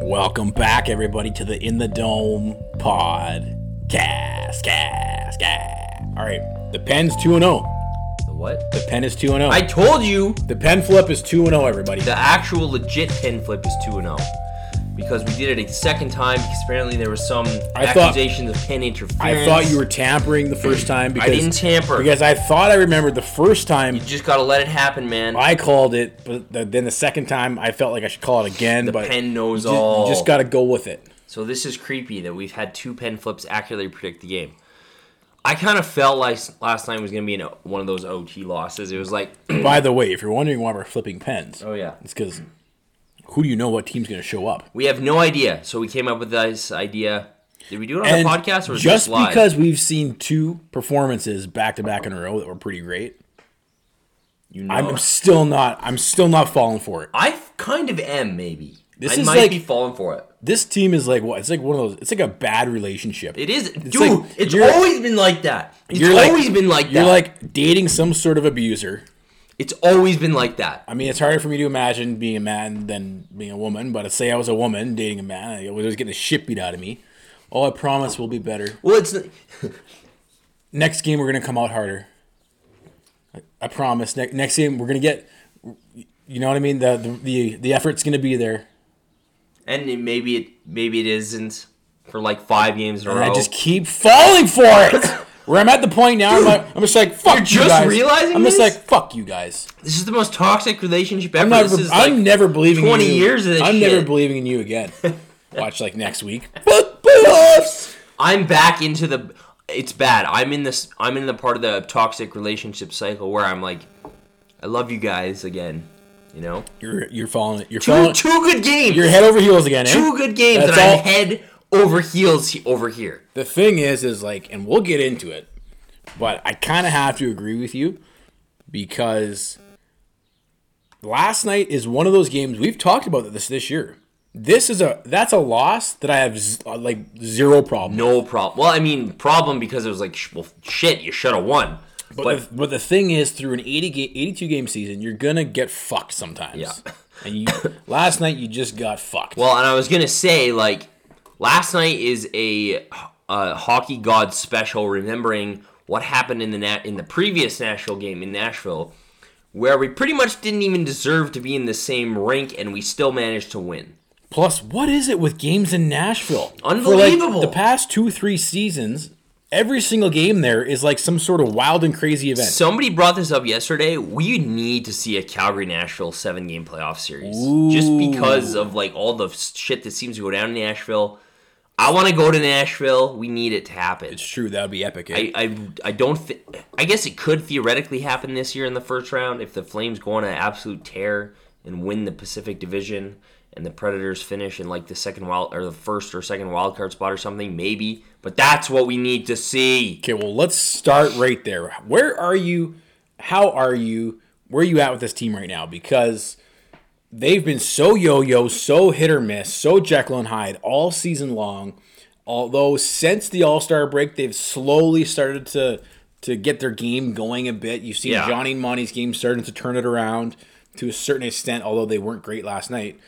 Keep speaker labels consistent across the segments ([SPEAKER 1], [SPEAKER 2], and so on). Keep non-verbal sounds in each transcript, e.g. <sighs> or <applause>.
[SPEAKER 1] Welcome back, everybody, to the In the Dome pod. Cast, cast, cast. All right, the pen's 2 0.
[SPEAKER 2] The what?
[SPEAKER 1] oh. The pen is 2 0.
[SPEAKER 2] I told you
[SPEAKER 1] The pen flip is 2 0, everybody.
[SPEAKER 2] the actual legit pin flip is 2 0. Because we did it a second time because apparently there was some
[SPEAKER 1] I thought-
[SPEAKER 2] accusations of pin interference.
[SPEAKER 1] I thought you were tampering the first time because
[SPEAKER 2] I didn't tamper.
[SPEAKER 1] because I thought I remembered the first time
[SPEAKER 2] you just gotta let it happen, man.
[SPEAKER 1] I called it, but th- then the second time I felt like I should call it again.
[SPEAKER 2] the
[SPEAKER 1] but
[SPEAKER 2] pen
[SPEAKER 1] you
[SPEAKER 2] knows
[SPEAKER 1] ju-
[SPEAKER 2] all.
[SPEAKER 1] you just got to go with it.
[SPEAKER 2] so this is creepy that we've had two pen flips accurately predict the game. I kind of felt like last night was gonna be an, O- one of those OT losses. It was like, <clears throat>
[SPEAKER 1] By the way, if you're wondering why we're flipping pens,
[SPEAKER 2] oh yeah,
[SPEAKER 1] it's because who do you know what team's going to show up?
[SPEAKER 2] we have no idea. So we came up with this idea. Did we do it on
[SPEAKER 1] And
[SPEAKER 2] the podcast or was
[SPEAKER 1] just
[SPEAKER 2] this live?
[SPEAKER 1] because we've seen two performances back to back in a row that were pretty great,
[SPEAKER 2] you know.
[SPEAKER 1] I'm still not. I'm still not falling for it.
[SPEAKER 2] I kind of am maybe.
[SPEAKER 1] This
[SPEAKER 2] I
[SPEAKER 1] is
[SPEAKER 2] might
[SPEAKER 1] like-
[SPEAKER 2] be falling for it.
[SPEAKER 1] This team is like what? It's like one of those. It's like a bad relationship.
[SPEAKER 2] It is, dude.
[SPEAKER 1] like
[SPEAKER 2] it's
[SPEAKER 1] you're-
[SPEAKER 2] always been like that. It's
[SPEAKER 1] You're like-
[SPEAKER 2] always been like that.
[SPEAKER 1] You're like dating some sort of abuser.
[SPEAKER 2] it's always been like that.
[SPEAKER 1] I mean, it's harder for me to imagine being a man than being a woman. But say I was a woman dating a man, I was just getting the shit beat out of me. Oh, I promise we'll be better.
[SPEAKER 2] Well, it's
[SPEAKER 1] Next game, we're gonna come out harder. I, I promise. Ne- next game, we're gonna get. You know what I mean? The the the, the effort's gonna be there.
[SPEAKER 2] and it- maybe it maybe it isn't for like five games in a
[SPEAKER 1] And
[SPEAKER 2] row.
[SPEAKER 1] I just keep falling for
[SPEAKER 2] <laughs>
[SPEAKER 1] it. Where I'm at the point now, I'm, like, I'm just like fuck you
[SPEAKER 2] just
[SPEAKER 1] guys.
[SPEAKER 2] realizing
[SPEAKER 1] I'm just
[SPEAKER 2] this?
[SPEAKER 1] like fuck you guys.
[SPEAKER 2] this is the most toxic relationship ever.
[SPEAKER 1] I'm, never,
[SPEAKER 2] this is
[SPEAKER 1] I'm
[SPEAKER 2] like,
[SPEAKER 1] never believing
[SPEAKER 2] 20
[SPEAKER 1] in you.
[SPEAKER 2] years of this
[SPEAKER 1] I'm never
[SPEAKER 2] shit.
[SPEAKER 1] believing in you
[SPEAKER 2] <laughs>
[SPEAKER 1] again. Watch like next week. Book playoffs.
[SPEAKER 2] I'm back into the. It's bad. I'm in this. I'm in the part of the toxic relationship cycle where I'm like, I love you guys again. You know,
[SPEAKER 1] You're you're falling it. You're
[SPEAKER 2] two,
[SPEAKER 1] falling.
[SPEAKER 2] two good games.
[SPEAKER 1] You're head over heels again. eh?
[SPEAKER 2] two good games,
[SPEAKER 1] That's
[SPEAKER 2] and I'm
[SPEAKER 1] all-
[SPEAKER 2] head over heels he- over here.
[SPEAKER 1] The thing is, is like, and we'll get into it, but I kind of have to agree with you because last night is one of those games we've talked about this this year. This is a that's a loss that I have z- uh, like zero problem.
[SPEAKER 2] No problem. Well, I mean, problem because it was like, sh- well, shit, you should have won. But,
[SPEAKER 1] But the, but the thing is, through an 80 game, 82 game season, you're gonna get fucked sometimes.
[SPEAKER 2] Yeah.
[SPEAKER 1] And you last night you just got fucked.
[SPEAKER 2] well, and I was gonna say like, last night is a, uh hockey god special, remembering what happened in the nat- in the previous national game in Nashville, where we pretty much didn't even deserve to be in the same rink, and we still managed to win.
[SPEAKER 1] Plus, what is it with games in Nashville? For
[SPEAKER 2] Unbelievable.
[SPEAKER 1] like the past two, three seasons, every single game there is like some sort of wild and crazy event.
[SPEAKER 2] Somebody brought this up yesterday. We need to see a Calgary Nashville seven game playoff series just because of like all the shit that seems to go down in Nashville. I want to go to Nashville. We need it to happen.
[SPEAKER 1] it's true, that would be epic. eh?
[SPEAKER 2] I, I, I don't thi- I guess it could theoretically happen this year in the first round if the Flames go on an absolute tear and win the Pacific Division and the Predators finish in like the second wild or the first or second wild card spot or something maybe but that's what we need to see.
[SPEAKER 1] okay, well, let's start right there. Where are you? How are you? Where are you at with this team right now? Because they've been so yo yo, so hit or miss, so Jekyll and Hyde all season long. Although since the All Star break, they've slowly started to to get their game going a bit. You've seen
[SPEAKER 2] Yeah.
[SPEAKER 1] Johnny and Monty's game starting to turn it around to a certain extent, although they weren't great last night.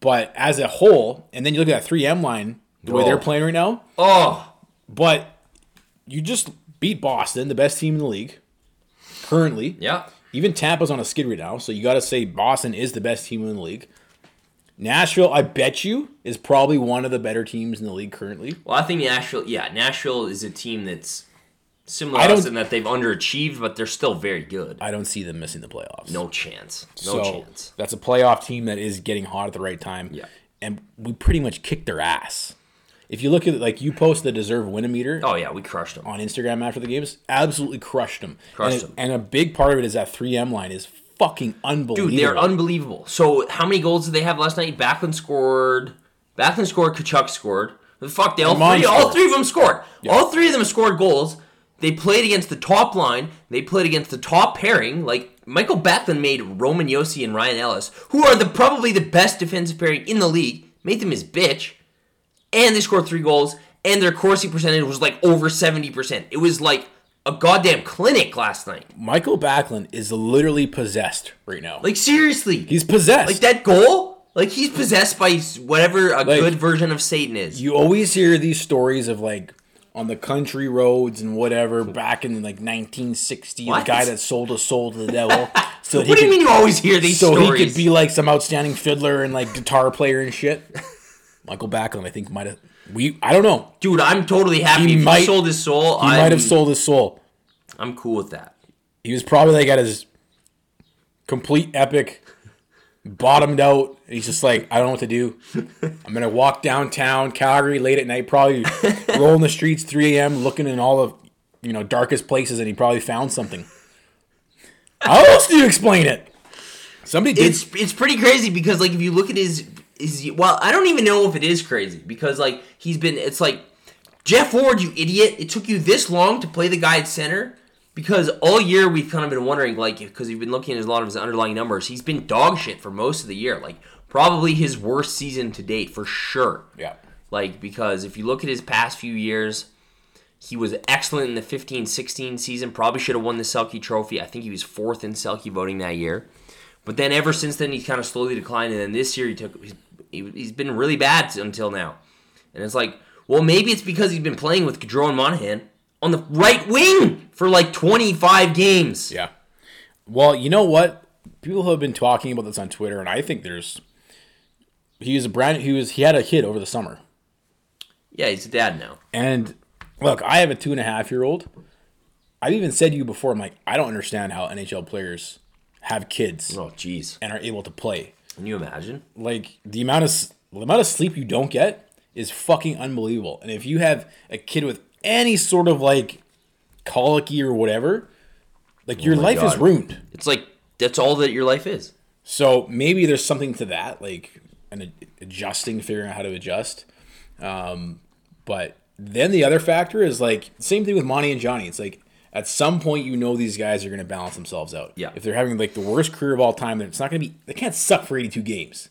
[SPEAKER 1] But as a whole, and then you look at that 3M line, the way
[SPEAKER 2] Oh.
[SPEAKER 1] they're playing right now,
[SPEAKER 2] Oh,
[SPEAKER 1] but you just beat Boston, the best team in the league currently.
[SPEAKER 2] yeah.
[SPEAKER 1] Even Tampa's on a skid right now, so you got to say Boston is the best team in the league. Nashville, I bet you, is probably one of the better teams in the league currently.
[SPEAKER 2] Well, I think Nashville, yeah, Nashville is a team that's similar
[SPEAKER 1] I
[SPEAKER 2] to us
[SPEAKER 1] don't-
[SPEAKER 2] in that they've underachieved, but they're still very good.
[SPEAKER 1] I don't see them missing the playoffs.
[SPEAKER 2] No chance. No
[SPEAKER 1] so
[SPEAKER 2] chance.
[SPEAKER 1] That's a playoff team that is getting hot at the right time.
[SPEAKER 2] Yeah.
[SPEAKER 1] And we pretty much kicked their ass. If you look at it, like you post the deserve win meter
[SPEAKER 2] Oh, yeah, we crushed them.
[SPEAKER 1] on Instagram after the games, absolutely crushed them.
[SPEAKER 2] Crushed
[SPEAKER 1] and, it-
[SPEAKER 2] 'em.
[SPEAKER 1] and a big part of it is that 3M line is fucking unbelievable.
[SPEAKER 2] Dude, they're unbelievable. So, how many goals did they have last night? Backlund scored. Backlund scored. Kachuk scored. The Fuck, they all
[SPEAKER 1] Herman
[SPEAKER 2] three, all
[SPEAKER 1] scored.
[SPEAKER 2] three of them scored. All three of them scored goals. They played against the top line. They played against the top pairing. Like Michael Backlund made Roman Yossi and Ryan Ellis, who are the probably the best defensive pairing in the league, made them his bitch. and they scored three goals, and their Corsi percentage was like over 70%. It was like a goddamn clinic last night.
[SPEAKER 1] Michael Backlund is literally possessed right now.
[SPEAKER 2] Like, seriously.
[SPEAKER 1] He's possessed.
[SPEAKER 2] like, that goal Like he's possessed by whatever a
[SPEAKER 1] Like-
[SPEAKER 2] good version of Satan is.
[SPEAKER 1] You always hear these stories of like on the country roads and whatever back in like 1960,
[SPEAKER 2] What?
[SPEAKER 1] the guy that sold a soul to the
[SPEAKER 2] <laughs>
[SPEAKER 1] devil. So that he
[SPEAKER 2] what do you
[SPEAKER 1] could-
[SPEAKER 2] mean you always hear these
[SPEAKER 1] so
[SPEAKER 2] stories?
[SPEAKER 1] he could be like some outstanding fiddler and like guitar player and shit. Michael Backlund, I think, might have. We I don't know.
[SPEAKER 2] Dude, I'm totally happy.
[SPEAKER 1] He
[SPEAKER 2] if
[SPEAKER 1] might-
[SPEAKER 2] he sold his soul,
[SPEAKER 1] He
[SPEAKER 2] I'm,
[SPEAKER 1] might have sold his soul.
[SPEAKER 2] I'm cool with that.
[SPEAKER 1] He was probably like at his complete epic, bottomed out. and He's just like, I don't know what to do. I'm gonna walk downtown Calgary late at night, probably rolling the streets 3 a.m. looking in all of you know darkest places, and he probably found something. How else do you explain it? Somebody did.
[SPEAKER 2] It's it's pretty crazy because like if you look at his is well, I don't even know if it is crazy because like he's been it's like Jeff Ward, you idiot! It took you this long to play the guy at center because all year we've kind of been wondering like because we've been looking at a lot of his underlying numbers, he's been dog shit for most of the year, like probably his worst season to date for sure.
[SPEAKER 1] yeah,
[SPEAKER 2] Like, because if you look at his past few years, he was excellent in the 15 16 season. Probably should have won the Selkie Trophy. I think he was fourth in Selkie voting that year. But then ever since then, he's kind of slowly declined. And then this year, he took he's, he- he's been really bad until now. And it's like, well, maybe it's because he's been playing with Gaudreau and Monahan on the right wing for like 25 games.
[SPEAKER 1] yeah. Well, you know what? People have been talking about this on Twitter, and I think there's. He was a brand. He was. He had a kid over the summer.
[SPEAKER 2] Yeah, he's a dad now.
[SPEAKER 1] And look, I have a two and a half year old. I've even said to you before, I'm like, I don't understand how NHL players have kids
[SPEAKER 2] Oh, jeez.
[SPEAKER 1] and are able to play.
[SPEAKER 2] Can you imagine?
[SPEAKER 1] Like the amount of s- the amount of sleep you don't get is fucking unbelievable. And if you have a kid with any sort of like colicky or whatever, like your life is
[SPEAKER 2] God.
[SPEAKER 1] ruined.
[SPEAKER 2] It's like, that's all that your life is.
[SPEAKER 1] So maybe there's something to that, like an ad- adjusting, figuring out how to adjust. Um, but then the other factor is like same thing with Monty and Johnny. It's like at some point you know these guys are going to balance themselves out.
[SPEAKER 2] Yeah.
[SPEAKER 1] If they're having like the worst career of all time, then it's not going to be. They can't suck for 82 games.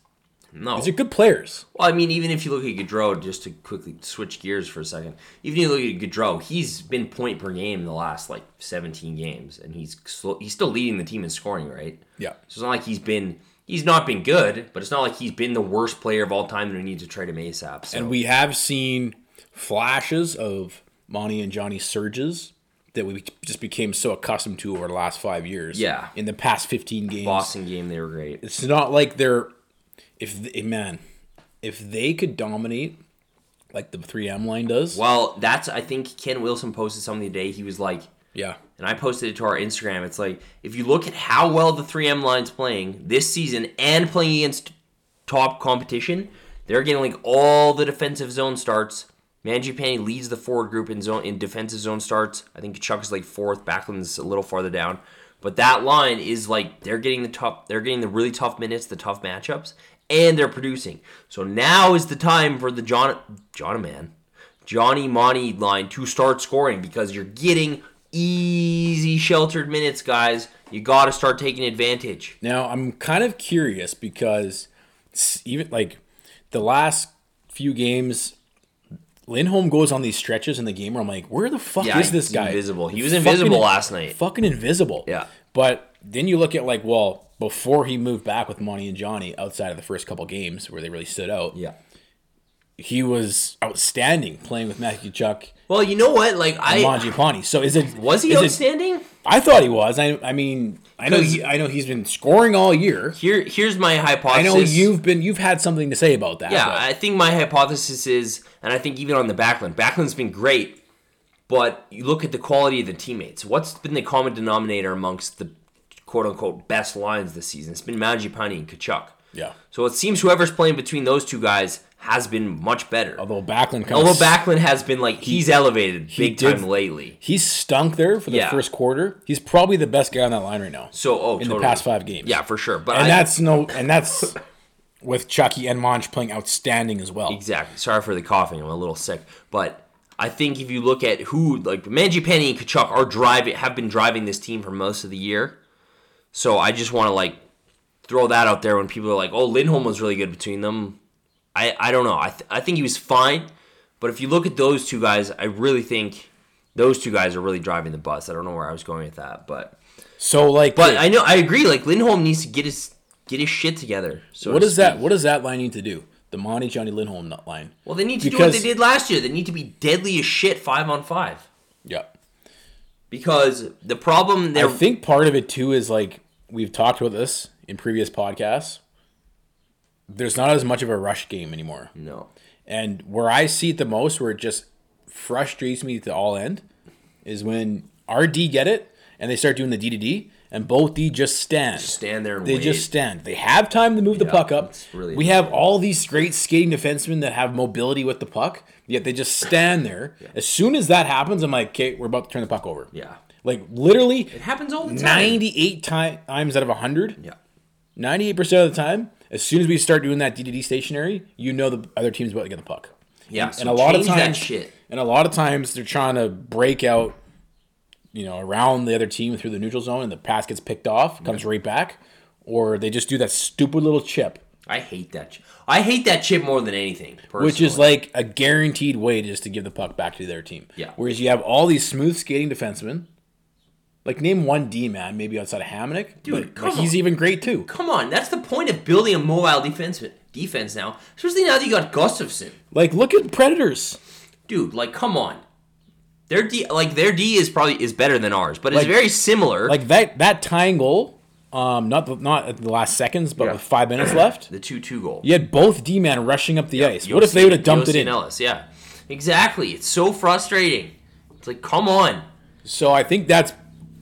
[SPEAKER 2] No.
[SPEAKER 1] They're good players.
[SPEAKER 2] Well, I mean, even if you look at Gaudreau, just to quickly switch gears for a second, even if you look at Gaudreau, he's been point per game the last like 17 games, and he's slow, he's still leading the team in scoring, right?
[SPEAKER 1] Yeah.
[SPEAKER 2] So it's not like he's been he's not been good, but it's not like he's been the worst player of all time, and we need to trade him ASAP. So
[SPEAKER 1] And we have seen flashes of Monty and Johnny surges that we just became so accustomed to over the last five years.
[SPEAKER 2] Yeah.
[SPEAKER 1] In the past 15 games.
[SPEAKER 2] Boston game, they were great.
[SPEAKER 1] it's not like they're if th- man if they could dominate like the 3m line does
[SPEAKER 2] Well, that's I think Ken Wilson posted something today. He was like,
[SPEAKER 1] yeah
[SPEAKER 2] and I posted it to our Instagram. It's like if you look at how well the 3M line's playing this season and playing against top competition, they're getting like all the defensive zone starts. Mangiapane leads the forward group in zone in defensive zone starts. I think Chuck is like fourth. Backlund's a little farther down, but that line is like they're getting the tough. They're getting the really tough minutes, the tough matchups, and they're producing. So now is the time for the John John man. Johnny Monty line to start scoring because you're getting easy sheltered minutes, guys. You got to start taking advantage.
[SPEAKER 1] now i'm kind of curious because s- even like the last few games lindholm goes on these stretches in the game where i'm like where the fuck
[SPEAKER 2] Yeah,
[SPEAKER 1] is this
[SPEAKER 2] he's
[SPEAKER 1] guy
[SPEAKER 2] invisible. He was
[SPEAKER 1] Fucking-
[SPEAKER 2] invisible last night.
[SPEAKER 1] fucking invisible
[SPEAKER 2] Yeah.
[SPEAKER 1] but then you look at like well before he moved back with monty and johnny outside of the first couple games where they really stood out
[SPEAKER 2] Yeah.
[SPEAKER 1] he was outstanding playing with matthew chuck
[SPEAKER 2] Well, you know what? Like I
[SPEAKER 1] Mangiapane. So is it
[SPEAKER 2] was he
[SPEAKER 1] is it-
[SPEAKER 2] outstanding.
[SPEAKER 1] I thought he was. I I mean I know
[SPEAKER 2] 'Cause-
[SPEAKER 1] he, I know he's been scoring all year.
[SPEAKER 2] Here, here's my
[SPEAKER 1] I
[SPEAKER 2] hypothesis.
[SPEAKER 1] know you've been you've had something to say about that.
[SPEAKER 2] Yeah,
[SPEAKER 1] but-
[SPEAKER 2] I think my hypothesis is, and I think even on the Backlund, Backlund's been great, but you look at the quality of the teammates. What's been the common denominator amongst the quote unquote best lines this season? It's been Magipani and Kachuk.
[SPEAKER 1] yeah.
[SPEAKER 2] So it seems whoever's playing between those two guys has been much better.
[SPEAKER 1] Although Backlund kind
[SPEAKER 2] Although
[SPEAKER 1] of
[SPEAKER 2] Backlund has been like he's elevated big
[SPEAKER 1] did-
[SPEAKER 2] time lately.
[SPEAKER 1] he stunk there for the
[SPEAKER 2] Yeah.
[SPEAKER 1] first quarter. He's probably the best guy on that line right now.
[SPEAKER 2] So oh,
[SPEAKER 1] in
[SPEAKER 2] totally.
[SPEAKER 1] the past five games.
[SPEAKER 2] yeah, for sure. But
[SPEAKER 1] and
[SPEAKER 2] I,
[SPEAKER 1] that's no and that's <laughs> with Chucky and Monch playing outstanding as well.
[SPEAKER 2] Exactly. Sorry for the coughing. I'm a little sick, but I think if you look at who like Mangiapane and Kachuk are driving, have been driving this team for most of the year. So I just want to like throw that out there when people are like, "Oh, Lindholm was really good between them." I I don't know. I th- I think he was fine, but if you look at those two guys, I really think those two guys are really driving the bus. I don't know where I was going with that, but
[SPEAKER 1] So like
[SPEAKER 2] but I know I agree. Like Lindholm needs to get his get his shit together. So
[SPEAKER 1] What
[SPEAKER 2] to
[SPEAKER 1] does that? What does that line need to do? The Monty Johnny Lindholm nut line.
[SPEAKER 2] Well, they need to do what
[SPEAKER 1] Because-
[SPEAKER 2] they did last year. They need to be deadly as shit five on five.
[SPEAKER 1] Yep.
[SPEAKER 2] Because the problem
[SPEAKER 1] I
[SPEAKER 2] there,
[SPEAKER 1] think part of it too is like we've talked about this in previous podcasts. There's not as much of a rush game anymore.
[SPEAKER 2] no,
[SPEAKER 1] And where I see it the most, where it just frustrates me to all end, is when RD get it and they start doing the D to D, and both D just stand.
[SPEAKER 2] stand there and
[SPEAKER 1] They
[SPEAKER 2] wait.
[SPEAKER 1] just stand. They have time to move the puck up.
[SPEAKER 2] it's really
[SPEAKER 1] we have all these great skating defensemen that have mobility with the puck, yet they just stand
[SPEAKER 2] <laughs>
[SPEAKER 1] there. As soon as that happens, I'm like, okay, we're about to turn the puck over.
[SPEAKER 2] yeah,
[SPEAKER 1] Like literally
[SPEAKER 2] it happens all the time.
[SPEAKER 1] 98 ti- times out of 100,
[SPEAKER 2] Yeah,
[SPEAKER 1] 98% of the time, as soon as we start doing that DDD stationary, you know the other team's about to get the puck.
[SPEAKER 2] yeah. So
[SPEAKER 1] and a lot of
[SPEAKER 2] change that
[SPEAKER 1] times
[SPEAKER 2] shit.
[SPEAKER 1] and a lot of times they're trying to break out you know around the other team through the neutral zone and the pass gets picked off comes right back or they just do that stupid little chip
[SPEAKER 2] I hate that. Chip. I hate that chip more than anything.
[SPEAKER 1] which
[SPEAKER 2] personally.
[SPEAKER 1] is like a guaranteed way just to give the puck back to their team
[SPEAKER 2] Yeah.
[SPEAKER 1] whereas you have all these smooth skating defensemen like name one D man maybe outside of Hamonic but,
[SPEAKER 2] Dude,
[SPEAKER 1] but
[SPEAKER 2] come
[SPEAKER 1] he's even great too
[SPEAKER 2] come on. That's the point of building a mobile defense defense now, especially now that you got Gustafson.
[SPEAKER 1] like look at Predators
[SPEAKER 2] dude like come on their d like their d is probably is better than ours but it's
[SPEAKER 1] Like-
[SPEAKER 2] very similar like
[SPEAKER 1] like that that tying goal um not the, not at the last seconds but
[SPEAKER 2] Yeah.
[SPEAKER 1] with 5 minutes left
[SPEAKER 2] the 2-2 goal
[SPEAKER 1] You had both D man rushing up the ice. What if
[SPEAKER 2] Yossi-
[SPEAKER 1] they would have dumped
[SPEAKER 2] Yossi
[SPEAKER 1] it in?
[SPEAKER 2] and Ellis, yeah exactly it's so frustrating it's like come on
[SPEAKER 1] So I think that's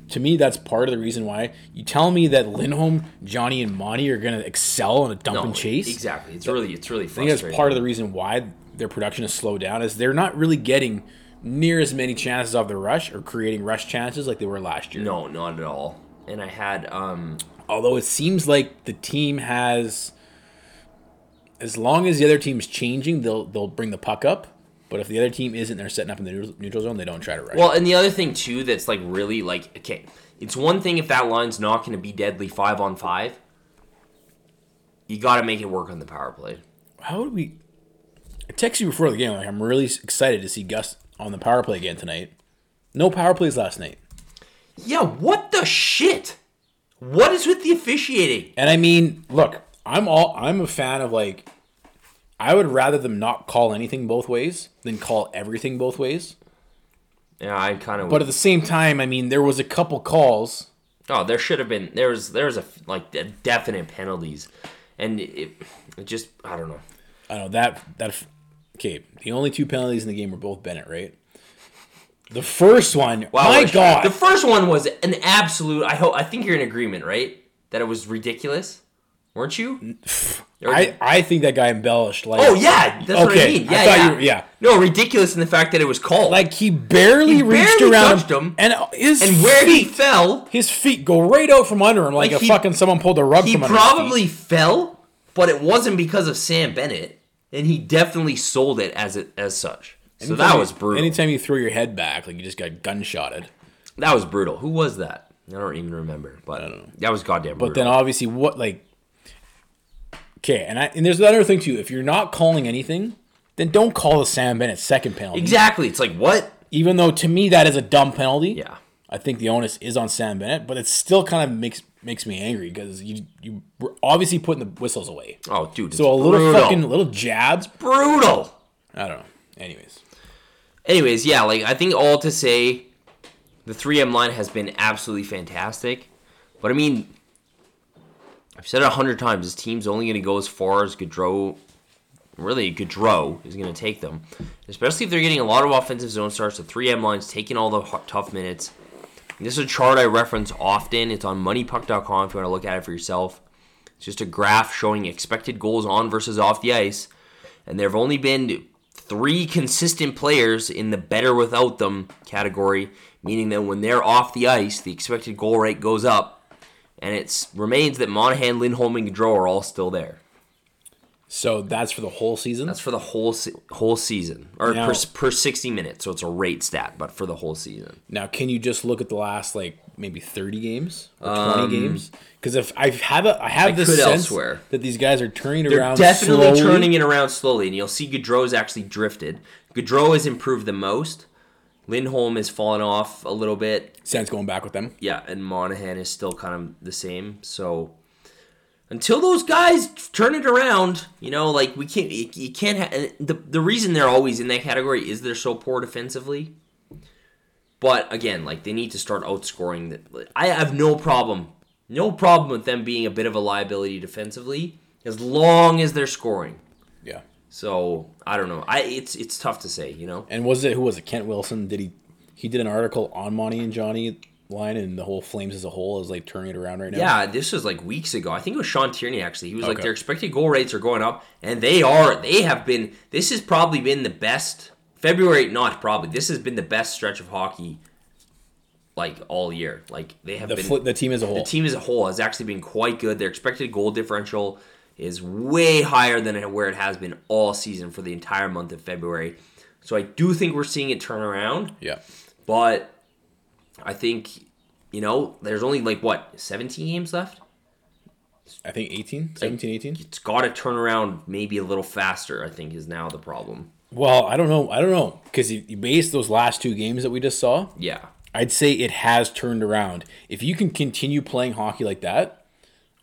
[SPEAKER 1] to me that's part of the reason why you tell me that Lindholm, Johnny, and Monty are gonna excel in a dump
[SPEAKER 2] No,
[SPEAKER 1] and chase.
[SPEAKER 2] exactly it's really it's really
[SPEAKER 1] I think
[SPEAKER 2] frustrating
[SPEAKER 1] that's part of the reason why their production has slowed down is they're not really getting near as many chances off the rush or creating rush chances like they were last year.
[SPEAKER 2] no not at all and i had um
[SPEAKER 1] Although it seems like the team has as long as the other team's changing, they'll they'll bring the puck up. But if the other team isn't, they're setting up in the neutral- neutral zone. They don't try to rush.
[SPEAKER 2] well and the other thing too that's like really like okay it's one thing if that line's not going to be deadly five on five you got to make it work on the power play
[SPEAKER 1] How would we? I texted you before the game. Like I'm really excited to see Gus on the power play again tonight. No power plays last night,
[SPEAKER 2] Yeah, what the shit? What is with the officiating?
[SPEAKER 1] and I mean, look, I'm all I'm a fan of like. I would rather them not call anything both ways than call everything both ways.
[SPEAKER 2] Yeah, I kind of.
[SPEAKER 1] But at the same time, I mean, there was a couple calls.
[SPEAKER 2] oh, there should have been. There was. There was a f- like de- definite penalties, and it, it just. I don't know.
[SPEAKER 1] I know Uh, that that. Okay, the only two penalties in the game were both Bennett, right? The first one,
[SPEAKER 2] Wow,
[SPEAKER 1] my
[SPEAKER 2] what a-
[SPEAKER 1] God,
[SPEAKER 2] The first one was an absolute. I hope. I think you're in agreement, right? That it was ridiculous, weren't
[SPEAKER 1] <sighs>
[SPEAKER 2] you?
[SPEAKER 1] I I think that guy embellished. Like,
[SPEAKER 2] oh yeah, that's what I
[SPEAKER 1] Okay,
[SPEAKER 2] mean.
[SPEAKER 1] I
[SPEAKER 2] Yeah,
[SPEAKER 1] thought
[SPEAKER 2] yeah.
[SPEAKER 1] you were- yeah.
[SPEAKER 2] No, ridiculous in the fact that it was called.
[SPEAKER 1] Like he barely reached
[SPEAKER 2] barely
[SPEAKER 1] around
[SPEAKER 2] touched him.
[SPEAKER 1] and his
[SPEAKER 2] and where he
[SPEAKER 1] feet,
[SPEAKER 2] fell,
[SPEAKER 1] his feet go right out from under him like,
[SPEAKER 2] Like,
[SPEAKER 1] a
[SPEAKER 2] he-
[SPEAKER 1] fucking someone pulled a rug
[SPEAKER 2] He
[SPEAKER 1] from under. his feet.
[SPEAKER 2] probably fell, but it wasn't because of Sam Bennett, and he definitely sold it as it as such. So that
[SPEAKER 1] Anytime
[SPEAKER 2] was
[SPEAKER 1] you-
[SPEAKER 2] brutal.
[SPEAKER 1] Anytime you throw your head back, like you just got gunshotted.
[SPEAKER 2] That was brutal. Who was that? I don't even remember, but I don't know. that was goddamn brutal.
[SPEAKER 1] But then obviously what like okay, and I and there's another thing too. If you're not calling anything, then don't call the Sam Bennett second penalty.
[SPEAKER 2] exactly, it's like what?
[SPEAKER 1] Even though to me that is a dumb penalty.
[SPEAKER 2] Yeah,
[SPEAKER 1] I think the onus is on Sam Bennett, but it still kind of makes makes me angry because you you were obviously putting the whistles away.
[SPEAKER 2] oh dude, it's
[SPEAKER 1] So a little
[SPEAKER 2] brutal.
[SPEAKER 1] fucking little jabs.
[SPEAKER 2] brutal.
[SPEAKER 1] I don't know. Anyways.
[SPEAKER 2] Anyways, yeah, like I think all to say, the 3M line has been absolutely fantastic, but I mean, I've said it a hundred times. This team's only going to go as far as Gaudreau, really Gaudreau is going to take them, especially if they're getting a lot of offensive zone starts. The 3M line's taking all the hu- tough minutes. And this is a chart I reference often. It's on MoneyPuck.com if you want to look at it for yourself. It's just a graph showing expected goals on versus off the ice and there have only been three consistent players in the better without them category, meaning that when they're off the ice, the expected goal rate goes up, and it remains that Monahan, Lindholm, and Gaudreau are all still there.
[SPEAKER 1] So that's for the whole season.
[SPEAKER 2] That's for the whole se- whole season, or
[SPEAKER 1] Now-
[SPEAKER 2] per, s- per sixty minutes, so it's a rate stat, but for the whole season.
[SPEAKER 1] now, can you just look at the last like maybe thirty games or twenty games? Because if I have a, I have this
[SPEAKER 2] Um, could
[SPEAKER 1] sense
[SPEAKER 2] elsewhere.
[SPEAKER 1] that these guys are turning
[SPEAKER 2] They're
[SPEAKER 1] around,
[SPEAKER 2] definitely
[SPEAKER 1] slowly.
[SPEAKER 2] turning it around slowly, and you'll see Gaudreau's actually drifted. Gaudreau has improved the most. Lindholm has fallen off a little bit.
[SPEAKER 1] Sense going back with them.
[SPEAKER 2] yeah, and Monahan is still kind of the same. So until those guys turn it around, you know, like we can't, you, you can't. Ha- the the reason they're always in that category is they're so poor defensively. But again, like they need to start outscoring. The, I have no problem, no problem with them being a bit of a liability defensively as long as they're scoring.
[SPEAKER 1] Yeah.
[SPEAKER 2] So I don't know. I it's it's tough to say, you know.
[SPEAKER 1] And was it who was it? Kent Wilson? Did he he did an article on Monty and Johnny line and the whole Flames as a whole is like turning it around right now.
[SPEAKER 2] Yeah, this was like weeks ago. I think it was Sean Tierney actually. He was like
[SPEAKER 1] Okay.
[SPEAKER 2] their expected goal rates are going up, and they are. They have been. This has probably been the best February. Not probably. This has been the best stretch of hockey, like all year. Like they have
[SPEAKER 1] The
[SPEAKER 2] been.
[SPEAKER 1] fl- the team as a whole.
[SPEAKER 2] the team as a whole has actually been quite good. Their expected goal differential is way higher than it- where it has been all season for the entire month of February. So I do think we're seeing it turn around.
[SPEAKER 1] yeah.
[SPEAKER 2] But I think, you know, there's only like what, 17 games left?
[SPEAKER 1] I think 18, 17, 18.
[SPEAKER 2] It's got to turn around maybe a little faster, I think, is now the problem.
[SPEAKER 1] Well, I don't know. I don't know because you you base those last two games that we just saw.
[SPEAKER 2] Yeah.
[SPEAKER 1] I'd say it has turned around. If you can continue playing hockey like that,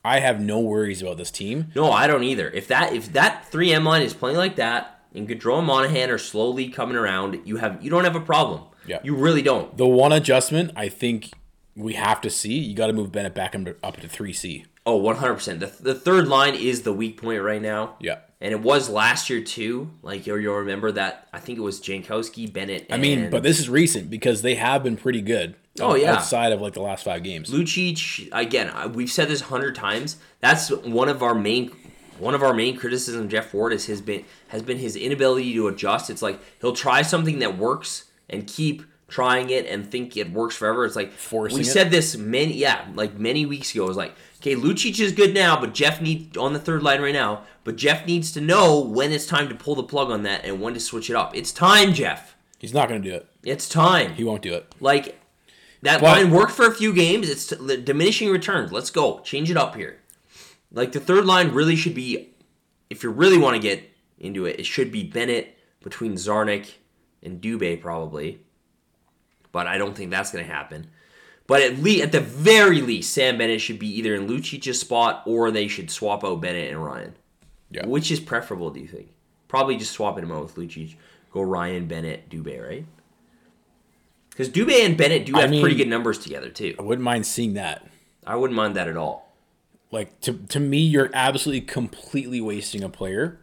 [SPEAKER 1] I have no worries about this team.
[SPEAKER 2] No, I don't either. If that if that 3M line is playing like that and Gaudreau and Monahan are slowly coming around, you have you don't have a problem.
[SPEAKER 1] Yeah.
[SPEAKER 2] You really don't.
[SPEAKER 1] The one adjustment I think we have to see, you got to move Bennett back up to- up to 3C.
[SPEAKER 2] Oh, 100%. The, the third line is the weak point right now.
[SPEAKER 1] Yeah.
[SPEAKER 2] And it was last year too. Like you'll, you'll remember that I think it was Jankowski, Bennett.
[SPEAKER 1] I mean,
[SPEAKER 2] and-
[SPEAKER 1] but this is recent because they have been pretty good.
[SPEAKER 2] Oh, yeah.
[SPEAKER 1] Outside of like the last five games.
[SPEAKER 2] Lucic, again, I- we've said this a hundred times. That's one of our main one of our main criticism. of Jeff Ward is has been has been his inability to adjust. It's like he'll try something that works and keep trying it and think it works forever. It's like
[SPEAKER 1] Forcing
[SPEAKER 2] we
[SPEAKER 1] it.
[SPEAKER 2] said this many yeah like many weeks ago. It was like okay, Lucic is good now, but Jeff needs on the third line right now. But Jeff needs to know when it's time to pull the plug on that and when to switch it up. It's time, Jeff.
[SPEAKER 1] He's not going to do it.
[SPEAKER 2] It's time.
[SPEAKER 1] He won't do it.
[SPEAKER 2] Like that
[SPEAKER 1] But-
[SPEAKER 2] line worked for a few games. It's t- the diminishing returns. Let's go. Change it up here. Like the third line really should be, if you really want to get into it, it should be Bennett between Zarnik and Dubé probably. But I don't think that's going to happen. But at least, at the very least, Sam Bennett should be either in Lucic's spot or they should swap out Bennett and Ryan.
[SPEAKER 1] Yeah.
[SPEAKER 2] Which is preferable? Do you think? Probably just swapping him out with Lucic. Go Ryan Bennett Dubé, right? Because Dubé and Bennett do
[SPEAKER 1] I
[SPEAKER 2] have pretty
[SPEAKER 1] mean-
[SPEAKER 2] good numbers together too.
[SPEAKER 1] I wouldn't mind seeing that.
[SPEAKER 2] I wouldn't mind that at all.
[SPEAKER 1] Like to to me, you're absolutely completely wasting a player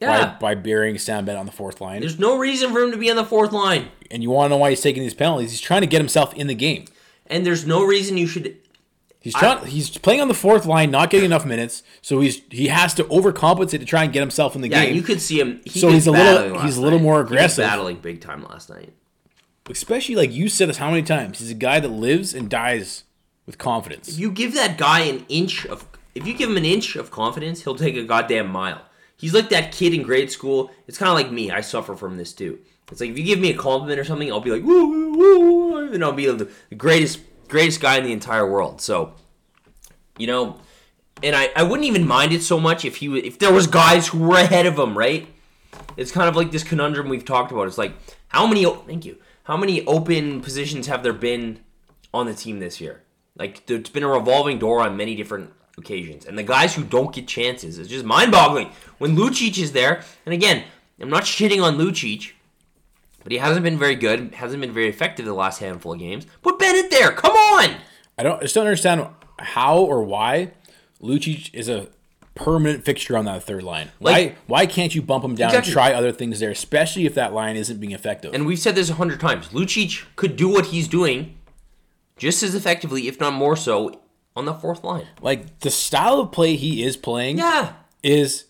[SPEAKER 2] Yeah,
[SPEAKER 1] by by burying Sam Bennett on the fourth line.
[SPEAKER 2] there's no reason for him to be on the fourth line,
[SPEAKER 1] and you want to know why he's taking these penalties? He's trying to get himself in the game.
[SPEAKER 2] and there's no reason you should.
[SPEAKER 1] He's trying. he's playing on the fourth line, not getting enough minutes, so he's he has to overcompensate to try and get himself in the
[SPEAKER 2] Yeah,
[SPEAKER 1] game.
[SPEAKER 2] you could see him. He
[SPEAKER 1] So
[SPEAKER 2] was
[SPEAKER 1] he's a little-
[SPEAKER 2] battling last
[SPEAKER 1] he's a little
[SPEAKER 2] night.
[SPEAKER 1] more
[SPEAKER 2] He was
[SPEAKER 1] aggressive.
[SPEAKER 2] battling big time last night.
[SPEAKER 1] Especially like you said this how many times? He's a guy that lives and dies with confidence.
[SPEAKER 2] You give that guy an inch of if you give him an inch of confidence, he'll take a goddamn mile. He's like that kid in grade school. It's kind of like me. I suffer from this too. It's like if you give me a compliment or something, I'll be like woo woo woo, woo," and I'll be the greatest greatest guy in the entire world. So, you know, and I, I wouldn't even mind it so much if he wa- if there was guys who were ahead of him, right? It's kind of like this conundrum we've talked about. It's like how many o- thank you. How many open positions have there been on the team this year? Like it's been a revolving door on many different occasions. And the guys who don't get chances is just mind-boggling. When Lucic is there, and again, I'm not shitting on Lucic, but he hasn't been very good, hasn't been very effective the last handful of games. Put Bennett there. Come on.
[SPEAKER 1] I don't I just don't understand how or why Lucic is a permanent fixture on that third line.
[SPEAKER 2] Like-
[SPEAKER 1] why why can't you bump him down
[SPEAKER 2] Exactly.
[SPEAKER 1] and try other things there, especially if that line isn't being effective?
[SPEAKER 2] and we've said this a hundred times, Lucic could do what he's doing just as effectively, if not more so, on the fourth line.
[SPEAKER 1] like the style of play he is playing
[SPEAKER 2] Yeah.
[SPEAKER 1] is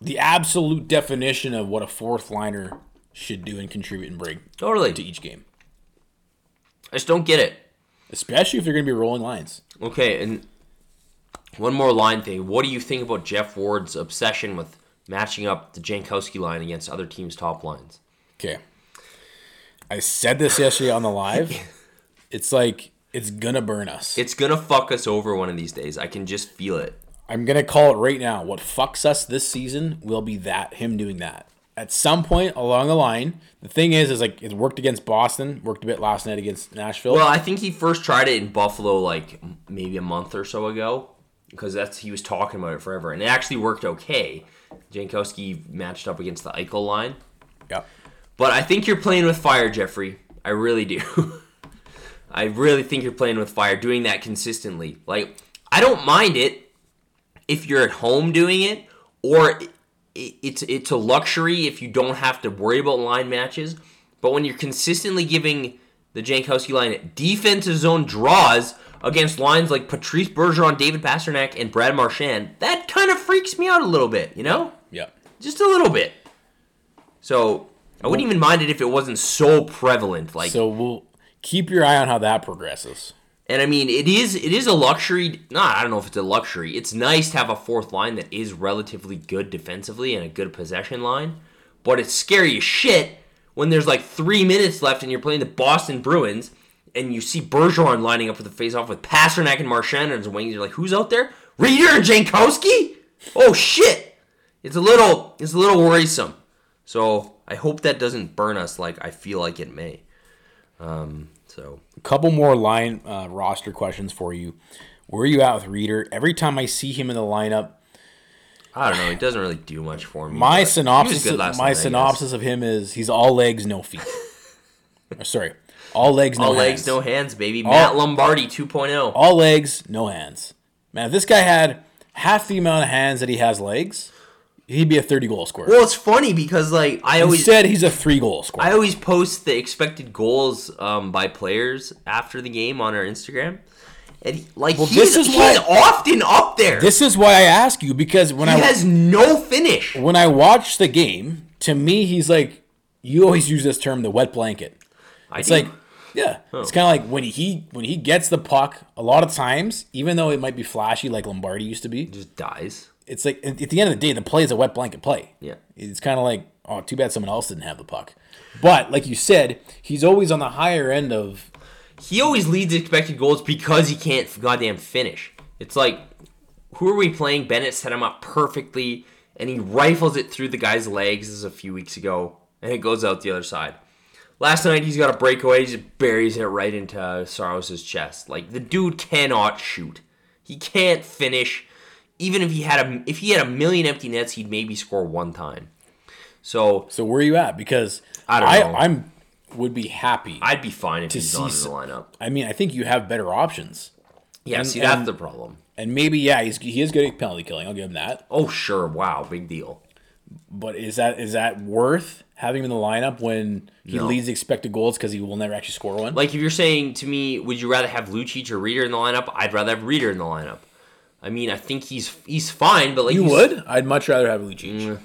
[SPEAKER 1] the absolute definition of what a fourth liner should do and contribute and bring to
[SPEAKER 2] Totally.
[SPEAKER 1] each game.
[SPEAKER 2] I just don't get it.
[SPEAKER 1] Especially if they're gonna be rolling lines.
[SPEAKER 2] Okay, and one more line thing. What do you think about Jeff Ward's obsession with matching up the Jankowski line against other teams' top lines?
[SPEAKER 1] Okay. I said this yesterday on the
[SPEAKER 2] <laughs>
[SPEAKER 1] live. It's like it's gonna burn us.
[SPEAKER 2] It's gonna fuck us over one of these days. I can just feel it.
[SPEAKER 1] I'm gonna call it right now. What fucks us this season will be that him doing that. At some point along the line, the thing is, is like it worked against Boston, worked a bit last night against Nashville.
[SPEAKER 2] Well, I think he first tried it in Buffalo like m- maybe a month or so ago, because that's he was talking about it forever, and it actually worked okay. Jankowski matched up against the Eichel line,
[SPEAKER 1] Yep.
[SPEAKER 2] but I think you're playing with fire, Jeffrey. I really do. <laughs> I really think you're playing with fire, doing that consistently. Like I don't mind it if you're at home doing it, or i i- it's it's a luxury if you don't have to worry about line matches. But when you're consistently giving the Jankowski line defensive zone draws against lines like Patrice Bergeron, David Pasternak, and Brad Marchand, that kind of freaks me out a little bit, you know?
[SPEAKER 1] Yep.
[SPEAKER 2] just a little bit. So I wouldn't even mind it if it wasn't so prevalent. Like,
[SPEAKER 1] So we'll keep your eye on how that progresses.
[SPEAKER 2] and I mean, it is it is a luxury. Nah, I don't know if it's a luxury. It's nice to have a fourth line that is relatively good defensively and a good possession line, but it's scary as shit when there's like three minutes left and you're playing the Boston Bruins and you see Bergeron lining up for the faceoff with Pasternak and Marchand and his wings. You're like, who's out there? Reader and Jankowski? Oh shit! It's a little it's a little worrisome. So I hope that doesn't burn us like I feel like it may. Um, so
[SPEAKER 1] A couple more line uh, roster questions for you. Where are you at with Reader? Every time I see him in the lineup,
[SPEAKER 2] I don't know. It doesn't really do much for me.
[SPEAKER 1] my
[SPEAKER 2] but
[SPEAKER 1] synopsis,
[SPEAKER 2] good last
[SPEAKER 1] my
[SPEAKER 2] night, I guess.
[SPEAKER 1] synopsis of him is he's all legs, no feet. <laughs> Or, Sorry, all legs, no
[SPEAKER 2] all legs,
[SPEAKER 1] hands.
[SPEAKER 2] no hands, baby.
[SPEAKER 1] Oh.
[SPEAKER 2] Matt Lombardi oh. 2.0.
[SPEAKER 1] all legs, no hands. Man, if this guy had half the amount of hands that he has legs, he'd be a 30 goal scorer.
[SPEAKER 2] well, it's funny because like I always
[SPEAKER 1] Instead, he's a three goal scorer.
[SPEAKER 2] I always post the expected goals um, by players after the game on our Instagram, and he- like he's,
[SPEAKER 1] this is
[SPEAKER 2] he's
[SPEAKER 1] why-
[SPEAKER 2] often up there.
[SPEAKER 1] this is why I ask you because when
[SPEAKER 2] he
[SPEAKER 1] I
[SPEAKER 2] has no finish.
[SPEAKER 1] when I watch the game, to me, he's like you always use this term, the wet blanket.
[SPEAKER 2] I
[SPEAKER 1] It's like yeah,
[SPEAKER 2] Oh.
[SPEAKER 1] it's kind of like when he when he gets the puck. A lot of times, even though it might be flashy like Lombardi used to be,
[SPEAKER 2] just dies.
[SPEAKER 1] it's like at at the end of the day, the play is a wet blanket play.
[SPEAKER 2] Yeah.
[SPEAKER 1] It's kind of like, oh, too bad someone else didn't have the puck. But like you said, he's always on the higher end of
[SPEAKER 2] He always leads expected goals because he can't goddamn finish. It's like who are we playing? Bennett set him up perfectly, and he rifles it through the guy's legs. This is a few weeks ago, and it goes out the other side. Last night he's got a breakaway, he just buries it right into Saros' chest. Like the dude cannot shoot. He can't finish. Even if he had a if he had a million empty nets, he'd maybe score one time. So
[SPEAKER 1] So where are you at? Because
[SPEAKER 2] I
[SPEAKER 1] I,
[SPEAKER 2] don't know.
[SPEAKER 1] I'm would be happy. I,
[SPEAKER 2] I'd be fine if he's
[SPEAKER 1] see
[SPEAKER 2] not in the
[SPEAKER 1] s-
[SPEAKER 2] lineup.
[SPEAKER 1] mean, I think you have better options,
[SPEAKER 2] Yeah, see
[SPEAKER 1] and-
[SPEAKER 2] that's the problem.
[SPEAKER 1] and maybe yeah, he's he is good at penalty killing. I'll give him that.
[SPEAKER 2] Oh sure, wow, big deal.
[SPEAKER 1] But is that is that worth having him in the lineup when he
[SPEAKER 2] No.
[SPEAKER 1] leads the expected goals because he will never actually score one?
[SPEAKER 2] Like if you're saying to me, would you rather have Lucic or Reader in the lineup? I'd rather have Reader in the lineup. I mean, I think he's he's fine, but like
[SPEAKER 1] you
[SPEAKER 2] he's-
[SPEAKER 1] would? I'd much rather have Lucic.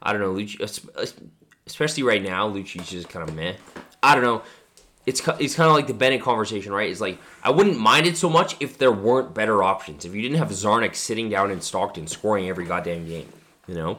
[SPEAKER 2] I don't know, Lucic, especially right now, Lucic is kind of meh. I don't know. It's ki- it's kind of like the Bennett conversation, right? It's like I wouldn't mind it so much if there weren't better options. If you didn't have Zarnik sitting down in Stockton scoring every goddamn game, you know.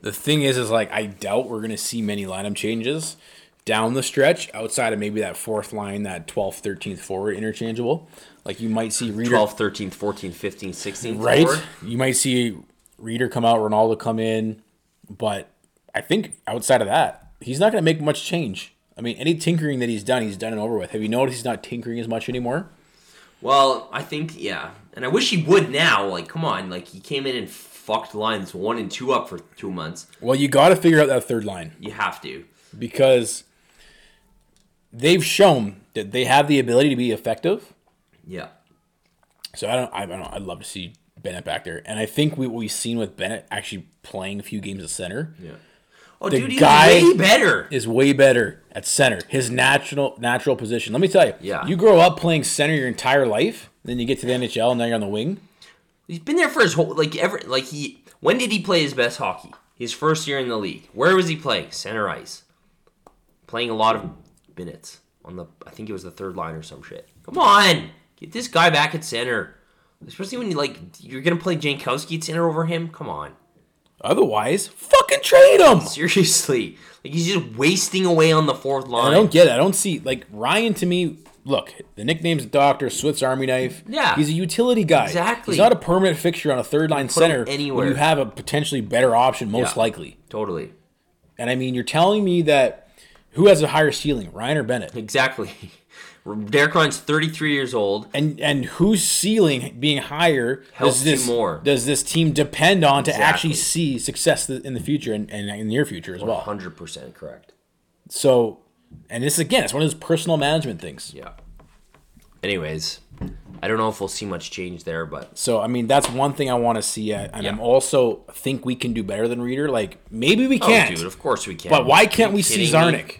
[SPEAKER 1] The thing is, is like I doubt we're gonna see many lineup changes down the stretch outside of maybe that fourth line, that 12th, 13th forward interchangeable. Like you might see Reader
[SPEAKER 2] 12th, 13th, 14th, 15th, 16th.
[SPEAKER 1] right?
[SPEAKER 2] forward.
[SPEAKER 1] You might see Reader come out, Ronaldo come in, but I think outside of that, he's not going to make much change. I mean, any tinkering that he's done, he's done and over with. Have you noticed he's not tinkering as much anymore?
[SPEAKER 2] Well, I think yeah, and I wish he would now. Like, come on, like he came in and fucked lines one and two up for two months.
[SPEAKER 1] Well, you got to figure out that third line
[SPEAKER 2] You have to.
[SPEAKER 1] because they've shown that they have the ability to be effective.
[SPEAKER 2] Yeah.
[SPEAKER 1] So I don't, I don't know. I'd love to see Bennett back there, and I think we, what we've seen with Bennett actually playing a few games at center
[SPEAKER 2] Yeah. Oh,
[SPEAKER 1] The
[SPEAKER 2] dude, he's
[SPEAKER 1] guy-
[SPEAKER 2] way better.
[SPEAKER 1] is way better at center. His natural natural position. Let me tell you.
[SPEAKER 2] Yeah.
[SPEAKER 1] You grow up playing center your entire life, then you get to the NHL, and now you're on the wing.
[SPEAKER 2] He's been there for his whole like ever. Like he, when did he play his best hockey? His first year in the league. Where was he playing? Center ice. Playing a lot of minutes on the. I think it was the third line or some shit. Come on, get this guy back at center. Especially when you like you're gonna play Jankowski at center over him. Come on.
[SPEAKER 1] Otherwise, fucking trade him.
[SPEAKER 2] Seriously. <laughs> Like he's just wasting away on the fourth line.
[SPEAKER 1] I don't get it. I don't see like Ryan to me. Look, the nickname's Doctor Swiss Army Knife.
[SPEAKER 2] Yeah.
[SPEAKER 1] He's a utility guy.
[SPEAKER 2] Exactly.
[SPEAKER 1] He's not a permanent fixture on a third line
[SPEAKER 2] him
[SPEAKER 1] center.
[SPEAKER 2] anywhere.
[SPEAKER 1] When you have a potentially better option, most
[SPEAKER 2] Yeah.
[SPEAKER 1] likely.
[SPEAKER 2] totally.
[SPEAKER 1] And I mean, you're telling me that who has a higher ceiling, Ryan or Bennett?
[SPEAKER 2] Exactly. <laughs> Derek Ryan's 33 years old.
[SPEAKER 1] And and whose ceiling being higher
[SPEAKER 2] Helps
[SPEAKER 1] does
[SPEAKER 2] you
[SPEAKER 1] this
[SPEAKER 2] more.
[SPEAKER 1] does this team depend on to
[SPEAKER 2] Exactly.
[SPEAKER 1] actually see success th- in the future and, and in the near future as well?
[SPEAKER 2] 100% correct.
[SPEAKER 1] So, and this again, it's one of those personal management things.
[SPEAKER 2] Yeah. Anyways, I don't know if we'll see much change there, but
[SPEAKER 1] So, I mean, that's one thing I want to see, uh, and I'm
[SPEAKER 2] Yeah.
[SPEAKER 1] also think we can do better than Reader. Like maybe we can't,
[SPEAKER 2] Oh, dude, of course we can.
[SPEAKER 1] but why can't
[SPEAKER 2] Are you
[SPEAKER 1] we see
[SPEAKER 2] kidding me?
[SPEAKER 1] Zarnik?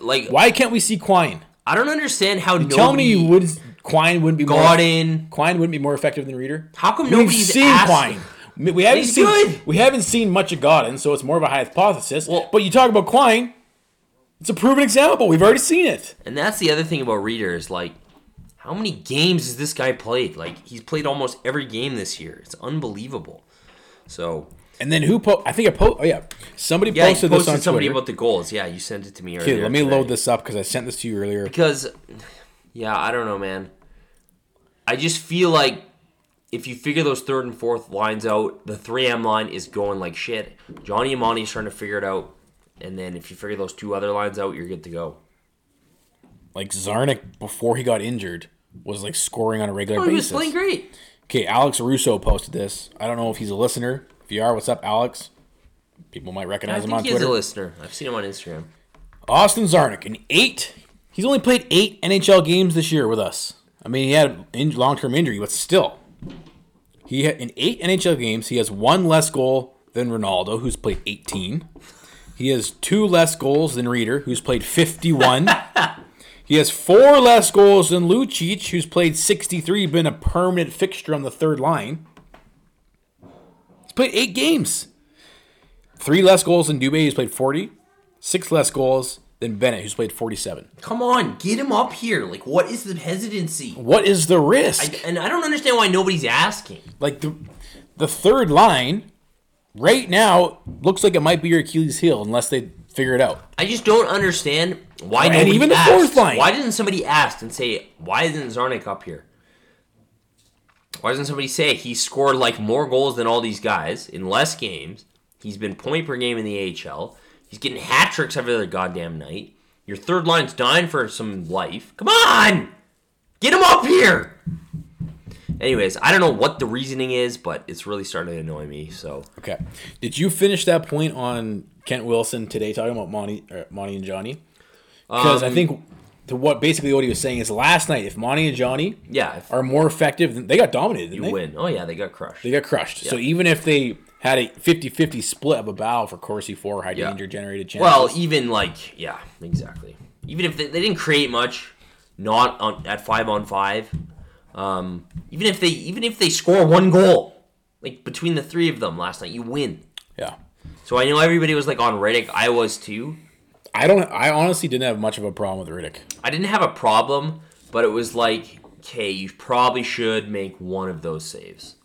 [SPEAKER 2] Like,
[SPEAKER 1] Why can't we see Quine?
[SPEAKER 2] I don't understand how nobody
[SPEAKER 1] Tell me you would Quine wouldn't be more
[SPEAKER 2] got in.
[SPEAKER 1] Quine wouldn't be more effective than Reader.
[SPEAKER 2] How come
[SPEAKER 1] We've
[SPEAKER 2] nobody's
[SPEAKER 1] seen
[SPEAKER 2] asked?
[SPEAKER 1] Quine. We we haven't
[SPEAKER 2] He's
[SPEAKER 1] seen
[SPEAKER 2] good.
[SPEAKER 1] we haven't seen much of Godin, so it's more of a hypothesis.
[SPEAKER 2] Well-
[SPEAKER 1] but you talk about Quine, it's a proven example. We've already seen it.
[SPEAKER 2] And that's the other thing about Reader is like, how many games has this guy played? Like, he's played almost every game this year. It's unbelievable. So
[SPEAKER 1] And then who? Po- I think I po- Oh yeah, somebody
[SPEAKER 2] yeah,
[SPEAKER 1] posted,
[SPEAKER 2] you
[SPEAKER 1] this
[SPEAKER 2] posted
[SPEAKER 1] on
[SPEAKER 2] somebody
[SPEAKER 1] Twitter.
[SPEAKER 2] about the goals. Yeah, you sent it to me earlier.
[SPEAKER 1] Okay, let me
[SPEAKER 2] today.
[SPEAKER 1] load this up because I sent this to you earlier.
[SPEAKER 2] because yeah i don't know man i just feel like if you figure those third and fourth lines out the 3m line is going like shit johnny amani is trying to figure it out and then if you figure those two other lines out you're good to go
[SPEAKER 1] Like Zarnik before he got injured was like scoring on a regular
[SPEAKER 2] oh, he was
[SPEAKER 1] basis.
[SPEAKER 2] playing great
[SPEAKER 1] Okay, Alex Russo posted this. I don't know if he's a listener. If you are, what's up, Alex? People might
[SPEAKER 2] i
[SPEAKER 1] recognize him
[SPEAKER 2] think
[SPEAKER 1] on
[SPEAKER 2] he is a
[SPEAKER 1] Twitter.
[SPEAKER 2] listener i've seen him on instagram
[SPEAKER 1] Austin Zarnik, in eight. He's only played eight NHL games this year with us. I mean, he had a long term injury, but still, he had, in eight NHL games, he has one less goal than Ronaldo, who's played 18. He has two less goals than Reader, who's played 51. he has four less goals than Lucic, who's played 63, been a permanent fixture on the third line. He's played eight games. Three less goals than Dubé, who's played 40. Six less goals than Bennett, who's played 47.
[SPEAKER 2] come on get him up here like what is the hesitancy
[SPEAKER 1] What is the risk?
[SPEAKER 2] and i don't understand why nobody's asking
[SPEAKER 1] like the the third line right now looks like it might be your Achilles heel unless they figure it out.
[SPEAKER 2] I just don't understand why
[SPEAKER 1] And
[SPEAKER 2] nobody
[SPEAKER 1] even the
[SPEAKER 2] asked.
[SPEAKER 1] fourth line.
[SPEAKER 2] Why didn't somebody ask and say, why isn't Zarnik up here? Why doesn't somebody say he scored like more goals than all these guys in less games? He's been point per game in the AHL. He's getting hat tricks every other goddamn night. Your third line's dying for some life. Come on! Get him up here! Anyways, I don't know what the reasoning is, but it's really starting to annoy me. So
[SPEAKER 1] Okay. Did you finish that point on Kent Wilson today talking about Monty, uh, Monty and Johnny? Because
[SPEAKER 2] Um,
[SPEAKER 1] I think to what basically what he was saying is last night if Monty and Johnny
[SPEAKER 2] yeah, if
[SPEAKER 1] are more effective, than, they got dominated. Didn't
[SPEAKER 2] you
[SPEAKER 1] they?
[SPEAKER 2] win. Oh yeah, they got crushed.
[SPEAKER 1] They got crushed. So even if they had a 50-50 split of a battle for Corsi four high
[SPEAKER 2] Yeah.
[SPEAKER 1] danger generated chances.
[SPEAKER 2] Well, even like yeah, exactly. Even if they, they didn't create much, not on at five on five. Um, even if they even if they score one goal, like between the three of them last night, you win.
[SPEAKER 1] yeah.
[SPEAKER 2] So I know everybody was like on Riddick. I was too.
[SPEAKER 1] I don't. I honestly didn't have much of a problem with Riddick.
[SPEAKER 2] I didn't have a problem, but it was like, okay, you probably should make one of those saves.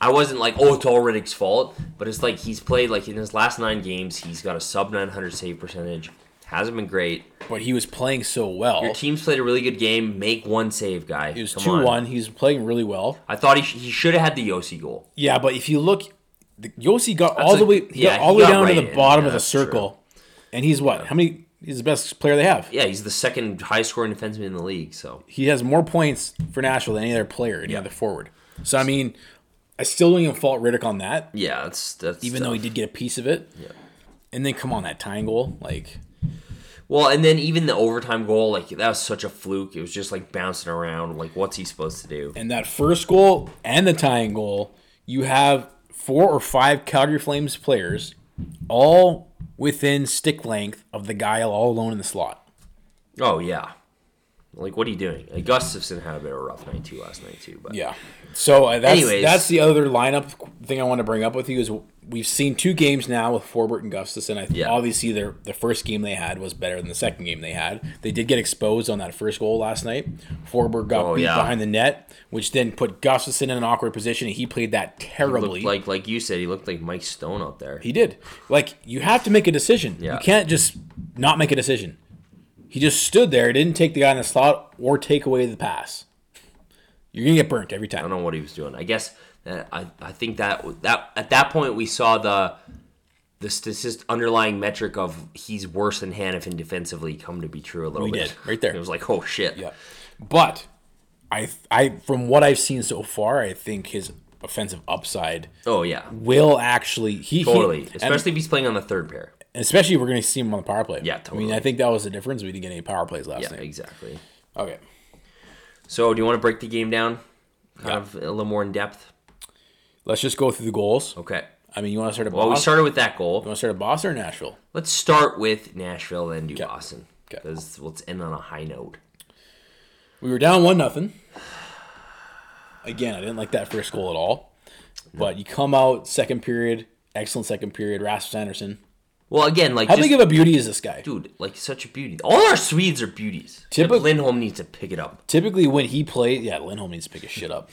[SPEAKER 2] I wasn't like, oh, it's all Riddick's fault, but it's like he's played like in his last nine games, he's got a sub 900 save percentage. Hasn't been great.
[SPEAKER 1] but he was playing so well.
[SPEAKER 2] Your team's played a really good game. Make one save, guy.
[SPEAKER 1] It was
[SPEAKER 2] Come
[SPEAKER 1] two
[SPEAKER 2] on.
[SPEAKER 1] one. He's playing really well.
[SPEAKER 2] I thought he, sh- he should have had the Yossi goal.
[SPEAKER 1] Yeah, but if you look, the, Yossi got all the
[SPEAKER 2] a-
[SPEAKER 1] way he
[SPEAKER 2] yeah,
[SPEAKER 1] got all
[SPEAKER 2] he
[SPEAKER 1] the way
[SPEAKER 2] got
[SPEAKER 1] down
[SPEAKER 2] right
[SPEAKER 1] to
[SPEAKER 2] in.
[SPEAKER 1] the bottom
[SPEAKER 2] Yeah,
[SPEAKER 1] of the
[SPEAKER 2] that's true.
[SPEAKER 1] circle, and he's what? How many? He's the best player they have.
[SPEAKER 2] Yeah, he's the second high scoring defenseman in the league. So
[SPEAKER 1] He has more points for Nashville than any other player, any other forward. So I mean, I still don't even fault Riddick on that,
[SPEAKER 2] yeah, that's that's
[SPEAKER 1] even though he did get a piece of it.
[SPEAKER 2] Yeah.
[SPEAKER 1] And then come on, that tying goal, like
[SPEAKER 2] well, and then even the overtime goal, like that was such a fluke. It was just like bouncing around. Like what's he supposed to do?
[SPEAKER 1] and that first goal and the tying goal, you have four or five Calgary Flames players all within stick length of the guy all alone in the slot.
[SPEAKER 2] Oh yeah, like what are you doing? Like, Gustafson had a bit of a rough night too last night too. But
[SPEAKER 1] Yeah. So uh, that's
[SPEAKER 2] Anyways.
[SPEAKER 1] that's the other lineup thing I want to bring up with you is we've seen two games now with Forbert and Gustafson. I
[SPEAKER 2] Yeah.
[SPEAKER 1] obviously their the first game they had was better than the second game they had. They did get exposed on that first goal last night. Forbert got
[SPEAKER 2] Oh,
[SPEAKER 1] beat
[SPEAKER 2] yeah.
[SPEAKER 1] behind the net, which then put Gustafson in an awkward position, and he played that terribly.
[SPEAKER 2] looked like like you said, he looked like Mike Stone out there.
[SPEAKER 1] He did. Like you have to make a decision.
[SPEAKER 2] Yeah.
[SPEAKER 1] You can't just not make a decision. He just stood there, didn't take the guy in the slot or take away the pass. You're gonna get burnt every
[SPEAKER 2] I uh,
[SPEAKER 1] time.
[SPEAKER 2] don't know what he was doing. I guess that I, I think that that at that point we saw the the statist underlying metric of he's worse than Hannafin defensively come to be true a little
[SPEAKER 1] We
[SPEAKER 2] bit.
[SPEAKER 1] did, right there.
[SPEAKER 2] It was like, oh shit.
[SPEAKER 1] Yeah. But I I from what I've seen so far, I think his offensive upside
[SPEAKER 2] Oh yeah.
[SPEAKER 1] will actually he he-
[SPEAKER 2] Totally.
[SPEAKER 1] and-
[SPEAKER 2] Especially if he's playing on the third pair.
[SPEAKER 1] especially if we're going to see him on the power play.
[SPEAKER 2] Yeah,
[SPEAKER 1] I mean, I
[SPEAKER 2] totally.
[SPEAKER 1] think that was the difference. We didn't get any power plays last
[SPEAKER 2] Yeah,
[SPEAKER 1] night.
[SPEAKER 2] exactly.
[SPEAKER 1] Okay.
[SPEAKER 2] So do you want to break the game down? Kind of a little more in depth?
[SPEAKER 1] Let's just go through the goals.
[SPEAKER 2] Okay.
[SPEAKER 1] I mean, you want to start at
[SPEAKER 2] Well, we
[SPEAKER 1] Boston?
[SPEAKER 2] started with that
[SPEAKER 1] you
[SPEAKER 2] goal.
[SPEAKER 1] want to start at Boston or Nashville?
[SPEAKER 2] Let's start with Nashville, then do Boston.
[SPEAKER 1] Okay.
[SPEAKER 2] Because let's end on a high note.
[SPEAKER 1] We were down one nothing. Again, I didn't like that first goal at all. But you come out second period, excellent second period. Rasmus Anderson.
[SPEAKER 2] Well, again, like
[SPEAKER 1] How
[SPEAKER 2] just,
[SPEAKER 1] big of a beauty is this guy?
[SPEAKER 2] dude, like such a beauty. All our Swedes are beauties. Tip
[SPEAKER 1] Typic-
[SPEAKER 2] Lindholm needs to pick it up.
[SPEAKER 1] Typically, when he plays, yeah, Lindholm needs to pick his shit up.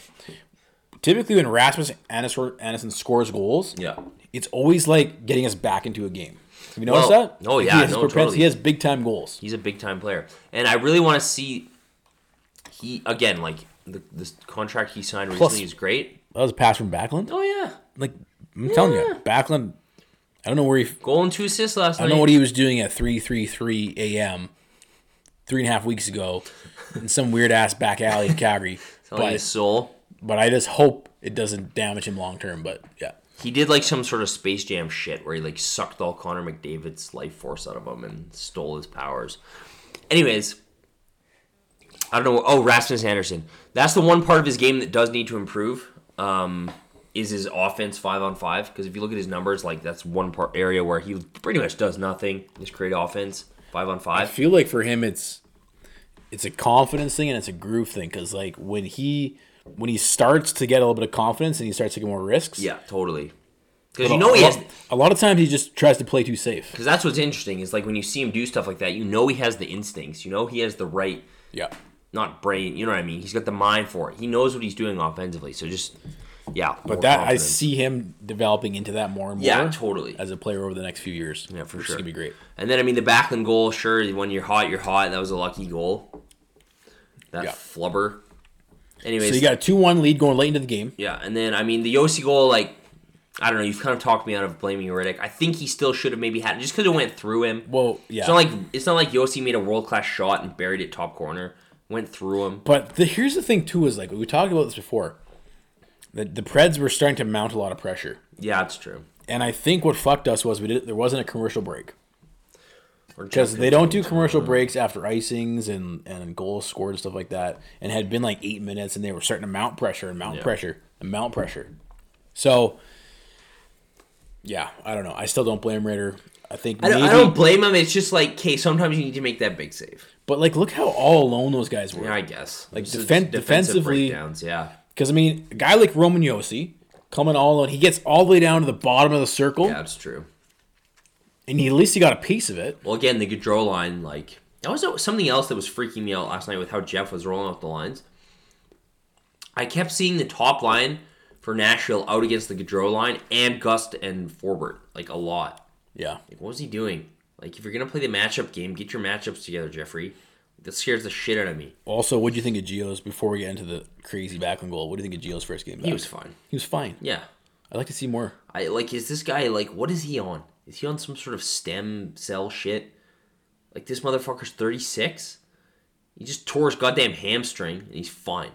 [SPEAKER 1] Typically, when Rasmus Anderson Anderson scores goals,
[SPEAKER 2] Yeah.
[SPEAKER 1] it's always like getting us back into a game. Have you noticed
[SPEAKER 2] Well,
[SPEAKER 1] that?
[SPEAKER 2] oh,
[SPEAKER 1] Like,
[SPEAKER 2] yeah,
[SPEAKER 1] he has,
[SPEAKER 2] no,
[SPEAKER 1] propensity-
[SPEAKER 2] totally.
[SPEAKER 1] he has big time goals.
[SPEAKER 2] He's a big time player, and I really want to see. He again, like the this contract he signed
[SPEAKER 1] Plus-
[SPEAKER 2] recently is great.
[SPEAKER 1] That was a pass from Backlund.
[SPEAKER 2] Oh yeah,
[SPEAKER 1] Like I'm telling you, Backlund. I don't know where he. I
[SPEAKER 2] goal and two assists last night.
[SPEAKER 1] don't know what he was doing at three three three a.m. three and a half weeks ago in some weird ass back alley in
[SPEAKER 2] <laughs>
[SPEAKER 1] Calgary.
[SPEAKER 2] Selling his
[SPEAKER 1] but
[SPEAKER 2] soul.
[SPEAKER 1] but I just hope it doesn't damage him long term. But yeah,
[SPEAKER 2] He did like some sort of Space Jam shit where he like sucked all Connor McDavid's life force out of him and stole his powers. Anyways, I don't know. Oh, Rasmus Anderson. That's the one part of his game that does need to improve. Um, is his offense five on five? Because if you look at his numbers, like that's one part area where he pretty much does nothing. Just create offense five on
[SPEAKER 1] I
[SPEAKER 2] five.
[SPEAKER 1] feel like for him it's it's a confidence thing and it's a groove thing because like when he when he starts to get a little bit of confidence and he starts taking more risks.
[SPEAKER 2] Yeah, totally. Because you know he has.
[SPEAKER 1] A lot of times he just tries to play too safe.
[SPEAKER 2] Because that's what's interesting is like when you see him do stuff like that, you know he has the instincts. You know he has the right
[SPEAKER 1] Yeah.
[SPEAKER 2] not brain. You know what I mean? He's got the mind for it. He knows what he's doing offensively. So just yeah.
[SPEAKER 1] But that I see him developing into that more and more.
[SPEAKER 2] Yeah, totally.
[SPEAKER 1] As a player over the next few years. Yeah,
[SPEAKER 2] for
[SPEAKER 1] which
[SPEAKER 2] sure.
[SPEAKER 1] Is gonna be great.
[SPEAKER 2] And then I mean the Backlund goal. Sure, when you're hot, you're hot. That was a lucky goal. That
[SPEAKER 1] Yeah.
[SPEAKER 2] flubber. Anyways,
[SPEAKER 1] So you got a two-one lead going late into the game.
[SPEAKER 2] yeah. And then I mean the Yossi goal. Like I don't know. You've kind of talked me out of blaming Riddick. I think he still should have maybe had just because it went through him.
[SPEAKER 1] Well, yeah.
[SPEAKER 2] It's not like it's not like Yossi made a world class shot and buried it top corner. Went through him.
[SPEAKER 1] but the, here's the thing too: is like we talked about this before. The the Preds were starting to mount a lot of pressure,
[SPEAKER 2] Yeah, that's true.
[SPEAKER 1] and I think what fucked us was we did there wasn't a commercial break.
[SPEAKER 2] Or
[SPEAKER 1] because they don't do commercial breaks after icings and and goals scored and stuff like that. And had been like eight minutes, and they were starting to mount pressure and mount
[SPEAKER 2] Yeah.
[SPEAKER 1] pressure and mount pressure. So, yeah, I don't know. I still don't blame Raider. I think
[SPEAKER 2] I
[SPEAKER 1] maybe,
[SPEAKER 2] don't, I don't blame him. It's just like, okay, sometimes you need to make that big save.
[SPEAKER 1] but like, look how all alone those guys
[SPEAKER 2] Yeah,
[SPEAKER 1] were.
[SPEAKER 2] I guess. Like
[SPEAKER 1] defen- defensively-
[SPEAKER 2] breakdowns, yeah.
[SPEAKER 1] Because I mean, a guy like Roman Yossi coming all alone, he gets all the way down to the bottom of the circle,
[SPEAKER 2] Yeah, That's true.
[SPEAKER 1] and he, at least he got a piece of it.
[SPEAKER 2] Well, again, the Gaudreau line, like that was something else that was freaking me out last night with how Jeff was rolling out the lines. I kept seeing the top line for Nashville out against the Gaudreau line and Gust and Forward like a lot.
[SPEAKER 1] Yeah,
[SPEAKER 2] Like, what was he doing? Like, if you're gonna play the matchup game, get your matchups together, Jeffrey. That scares the shit out of me.
[SPEAKER 1] Also, what do you think of Geo's before we get into the crazy backline goal? What do you think of Geo's first game? Back?
[SPEAKER 2] He was fine.
[SPEAKER 1] he was fine.
[SPEAKER 2] Yeah,
[SPEAKER 1] I'd like to see more.
[SPEAKER 2] I like is this guy like what is he on? Is he on some sort of stem cell shit? Like this motherfucker's 36? He just tore his goddamn hamstring and he's fine.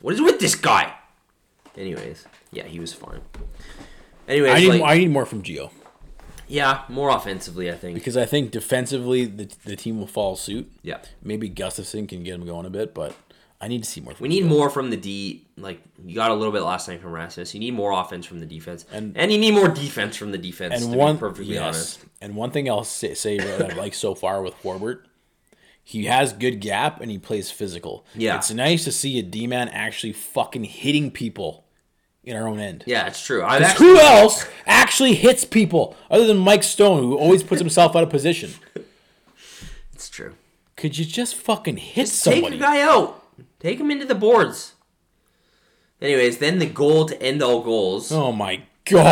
[SPEAKER 2] What is with this guy? Anyways, yeah, he was fine. Anyways,
[SPEAKER 1] I need,
[SPEAKER 2] like,
[SPEAKER 1] I need more from Geo
[SPEAKER 2] yeah, more offensively, I think.
[SPEAKER 1] because I think defensively the, the team will follow suit.
[SPEAKER 2] Yeah.
[SPEAKER 1] Maybe Gustafson can get him going a bit, but I need to see more. From
[SPEAKER 2] We need more from the D. Like you got a little bit last night from Rasmus. You need more offense from the defense, and, you need more defense from the defense.
[SPEAKER 1] and
[SPEAKER 2] to
[SPEAKER 1] one
[SPEAKER 2] be perfectly
[SPEAKER 1] yes.
[SPEAKER 2] honest,
[SPEAKER 1] And one thing I'll say, say
[SPEAKER 2] <laughs>
[SPEAKER 1] that I like so far with Forbert, he has good gap and he plays physical.
[SPEAKER 2] Yeah.
[SPEAKER 1] It's nice to see a D man actually fucking hitting people in our own end.
[SPEAKER 2] yeah, it's true. I've actually,
[SPEAKER 1] Who else actually hits people other than Mike Stone, who always puts himself out of position?
[SPEAKER 2] it's true.
[SPEAKER 1] Could you just fucking hit
[SPEAKER 2] Take
[SPEAKER 1] somebody?
[SPEAKER 2] the guy out. Take him into the boards. Anyways, then the goal to end all goals.
[SPEAKER 1] oh my god!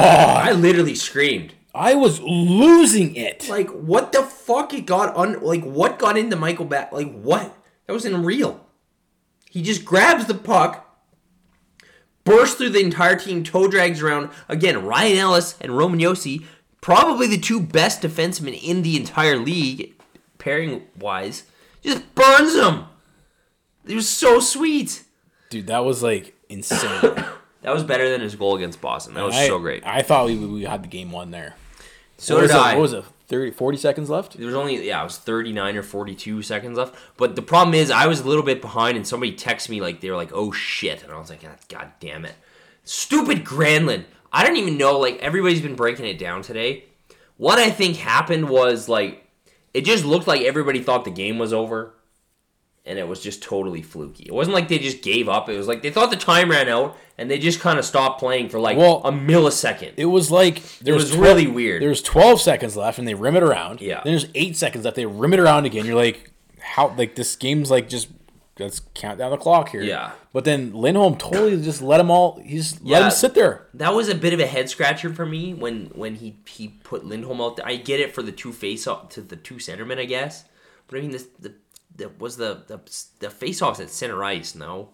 [SPEAKER 2] I literally screamed.
[SPEAKER 1] I was losing it.
[SPEAKER 2] Like, what the fuck? It got un. Like, what got into Michael Bat? Like, what? That was unreal. He just grabs the puck, bursts through the entire team, toe drags around. Again, Ryan Ellis and Roman Yossi probably the two best defensemen in the entire league, pairing wise, just burns him. It was so sweet.
[SPEAKER 1] Dude, that was like insane.
[SPEAKER 2] That was better than his goal against Boston. That was
[SPEAKER 1] I,
[SPEAKER 2] so great.
[SPEAKER 1] I thought we, we had the game won there.
[SPEAKER 2] so
[SPEAKER 1] what
[SPEAKER 2] did
[SPEAKER 1] was it-
[SPEAKER 2] I.
[SPEAKER 1] What was it? 30, 40 seconds left?
[SPEAKER 2] There was only yeah, it was 39 or 42 seconds left. But the problem is, I was a little bit behind, and somebody texted me like they were like, "Oh shit," and I was like, "God, God damn it, stupid Granlund." I don't even know. Like everybody's been breaking it down today. What I think happened was like it just looked like everybody thought the game was over, and it was just totally fluky. It wasn't like they just gave up. It was like they thought the time ran out, and they just kind of stopped playing for like
[SPEAKER 1] Well,
[SPEAKER 2] a millisecond.
[SPEAKER 1] It was like there
[SPEAKER 2] was really weird.
[SPEAKER 1] There was twelve seconds left, and they rim it around.
[SPEAKER 2] Yeah.
[SPEAKER 1] Then there's eight seconds left. They rim it around again. You're like, how? Like this game's like just let's count down the clock here.
[SPEAKER 2] Yeah.
[SPEAKER 1] But then Lindholm totally just let them all. He just let
[SPEAKER 2] Yeah.
[SPEAKER 1] them sit there.
[SPEAKER 2] That was a bit of a head scratcher for me when when he he put Lindholm out there. I get it for the two face off to the two centermen, I guess. But I mean, this the, the was the the, the face offs at center ice. No,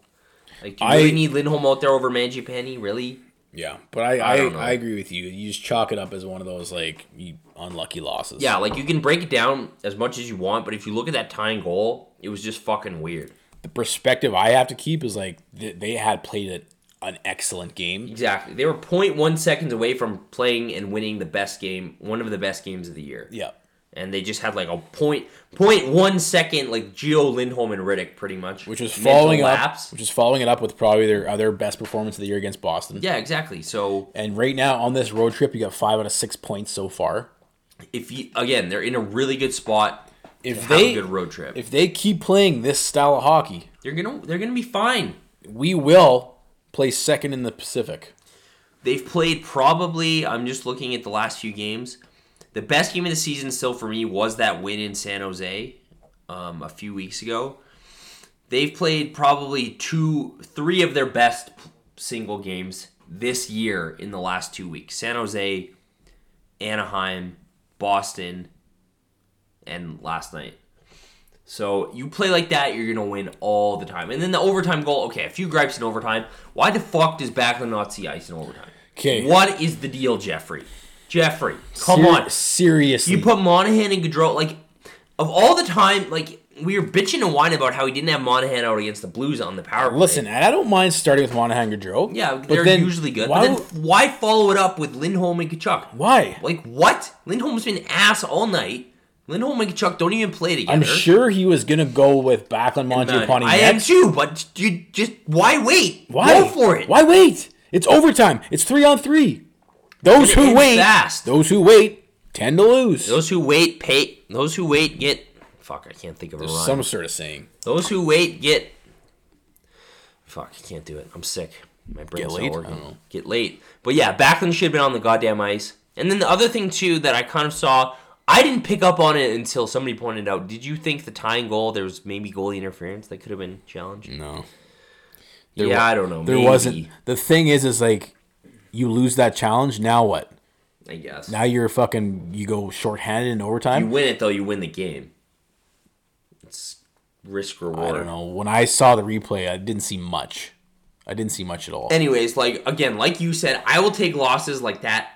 [SPEAKER 2] like do you
[SPEAKER 1] I-
[SPEAKER 2] really need Lindholm out there over Mangiapane? Really?
[SPEAKER 1] Yeah. But I I,
[SPEAKER 2] I
[SPEAKER 1] I,
[SPEAKER 2] don't know.
[SPEAKER 1] agree with you. You just chalk it up as one of those like you- unlucky losses.
[SPEAKER 2] Yeah, like you can break it down as much as you want, but if you look at that tying goal, it was just fucking weird.
[SPEAKER 1] The perspective I have to keep is like th- they had played a, an excellent game.
[SPEAKER 2] Exactly, they were 0.1 seconds away from playing and winning the best game, one of the best games of the year.
[SPEAKER 1] Yeah.
[SPEAKER 2] and they just had like a point point one second like Geo Lindholm and Riddick pretty much,
[SPEAKER 1] Which was
[SPEAKER 2] Mental
[SPEAKER 1] following up,
[SPEAKER 2] lapse.
[SPEAKER 1] which was following it up with probably their other best performance of the year against Boston.
[SPEAKER 2] Yeah, exactly. So
[SPEAKER 1] And right now on this road trip, you got five out of six points so far.
[SPEAKER 2] if you again, they're in a really good spot.
[SPEAKER 1] If
[SPEAKER 2] Have
[SPEAKER 1] they
[SPEAKER 2] a good road trip.
[SPEAKER 1] if they keep playing this style of hockey,
[SPEAKER 2] they're gonna they're gonna be fine.
[SPEAKER 1] we will place second in the Pacific.
[SPEAKER 2] They've played probably. I'm just looking at the last few games. The best game of the season still for me was that win in San Jose um, a few weeks ago. They've played probably two, three of their best p- single games this year in the last two weeks. San Jose, Anaheim, Boston, and last night. So you play like that, you're gonna win all the time. And then the overtime goal. Okay, a few gripes in overtime. Why the fuck does Backlund not see ice in overtime?
[SPEAKER 1] 'Kay.
[SPEAKER 2] What is the deal, Jeffrey? Jeffrey, come
[SPEAKER 1] Ser-
[SPEAKER 2] on.
[SPEAKER 1] seriously.
[SPEAKER 2] You put Monahan and Gaudreau like of all the time. Like we were bitching and whining about how he didn't have Monahan out against the Blues on the power play.
[SPEAKER 1] Listen, and I don't mind starting with Monahan Gaudreau.
[SPEAKER 2] yeah,
[SPEAKER 1] but
[SPEAKER 2] they're
[SPEAKER 1] then
[SPEAKER 2] usually good.
[SPEAKER 1] Why?
[SPEAKER 2] Why, but
[SPEAKER 1] w-
[SPEAKER 2] then why follow it up with Lindholm and Kachuk?
[SPEAKER 1] why?
[SPEAKER 2] Like what? Lindholm's been ass all night. Lindholm and Kachuk don't even play together.
[SPEAKER 1] I'm sure he was gonna go with Backlund Mangiapane
[SPEAKER 2] I am
[SPEAKER 1] next.
[SPEAKER 2] too, but you just why wait?
[SPEAKER 1] Why?
[SPEAKER 2] Go for it.
[SPEAKER 1] Why wait? It's overtime. It's three on three. Those
[SPEAKER 2] And it
[SPEAKER 1] who
[SPEAKER 2] ends
[SPEAKER 1] wait,
[SPEAKER 2] fast.
[SPEAKER 1] those who wait, tend to lose.
[SPEAKER 2] Those who wait pay. Those who wait get. Fuck, I can't think of a rhyme.
[SPEAKER 1] Some sort of saying.
[SPEAKER 2] Those who wait get. Fuck, I can't do it. I'm sick. My brain's
[SPEAKER 1] late?
[SPEAKER 2] not
[SPEAKER 1] I don't know.
[SPEAKER 2] working. Get late. But yeah, Backlund should have been on the goddamn ice. And then the other thing too that I kind of saw, I didn't pick up on it until somebody pointed out. Did you think the tying goal there was maybe goalie interference that could have been challenged?
[SPEAKER 1] No.
[SPEAKER 2] yeah,
[SPEAKER 1] wa-
[SPEAKER 2] I don't know.
[SPEAKER 1] Mm, There
[SPEAKER 2] maybe,
[SPEAKER 1] wasn't. The thing is, is like you lose that challenge. Now what?
[SPEAKER 2] I guess.
[SPEAKER 1] Now you're fucking. You go shorthanded in overtime.
[SPEAKER 2] you win it though. You win the game. It's risk reward.
[SPEAKER 1] I don't know. When I saw the replay, I didn't see much. I didn't see much at all.
[SPEAKER 2] Anyways, like again, like you said, I will take losses like that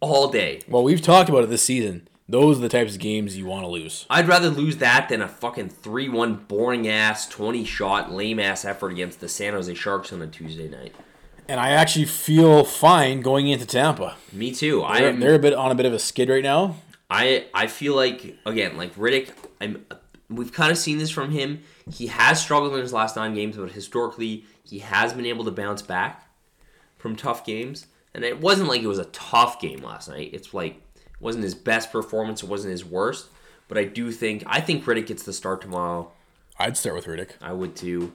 [SPEAKER 2] all day.
[SPEAKER 1] well, we've talked about it this season. Those are the types of games you want to lose.
[SPEAKER 2] I'd rather lose that than a fucking 3 1 boring ass, 20 shot, lame ass effort against the San Jose Sharks on a Tuesday night.
[SPEAKER 1] And I actually feel fine going into Tampa.
[SPEAKER 2] Me too. I
[SPEAKER 1] They're,
[SPEAKER 2] am,
[SPEAKER 1] they're a bit on a bit of a skid right now.
[SPEAKER 2] I I feel like again, like Riddick, I'm we've kind of seen this from him. He has struggled in his last nine games, but historically he has been able to bounce back from tough games. And it wasn't like it was a tough game last night. It's like it wasn't his best performance, it wasn't his worst. But I do think I think Riddick gets the start tomorrow.
[SPEAKER 1] I'd start with Riddick.
[SPEAKER 2] I would too.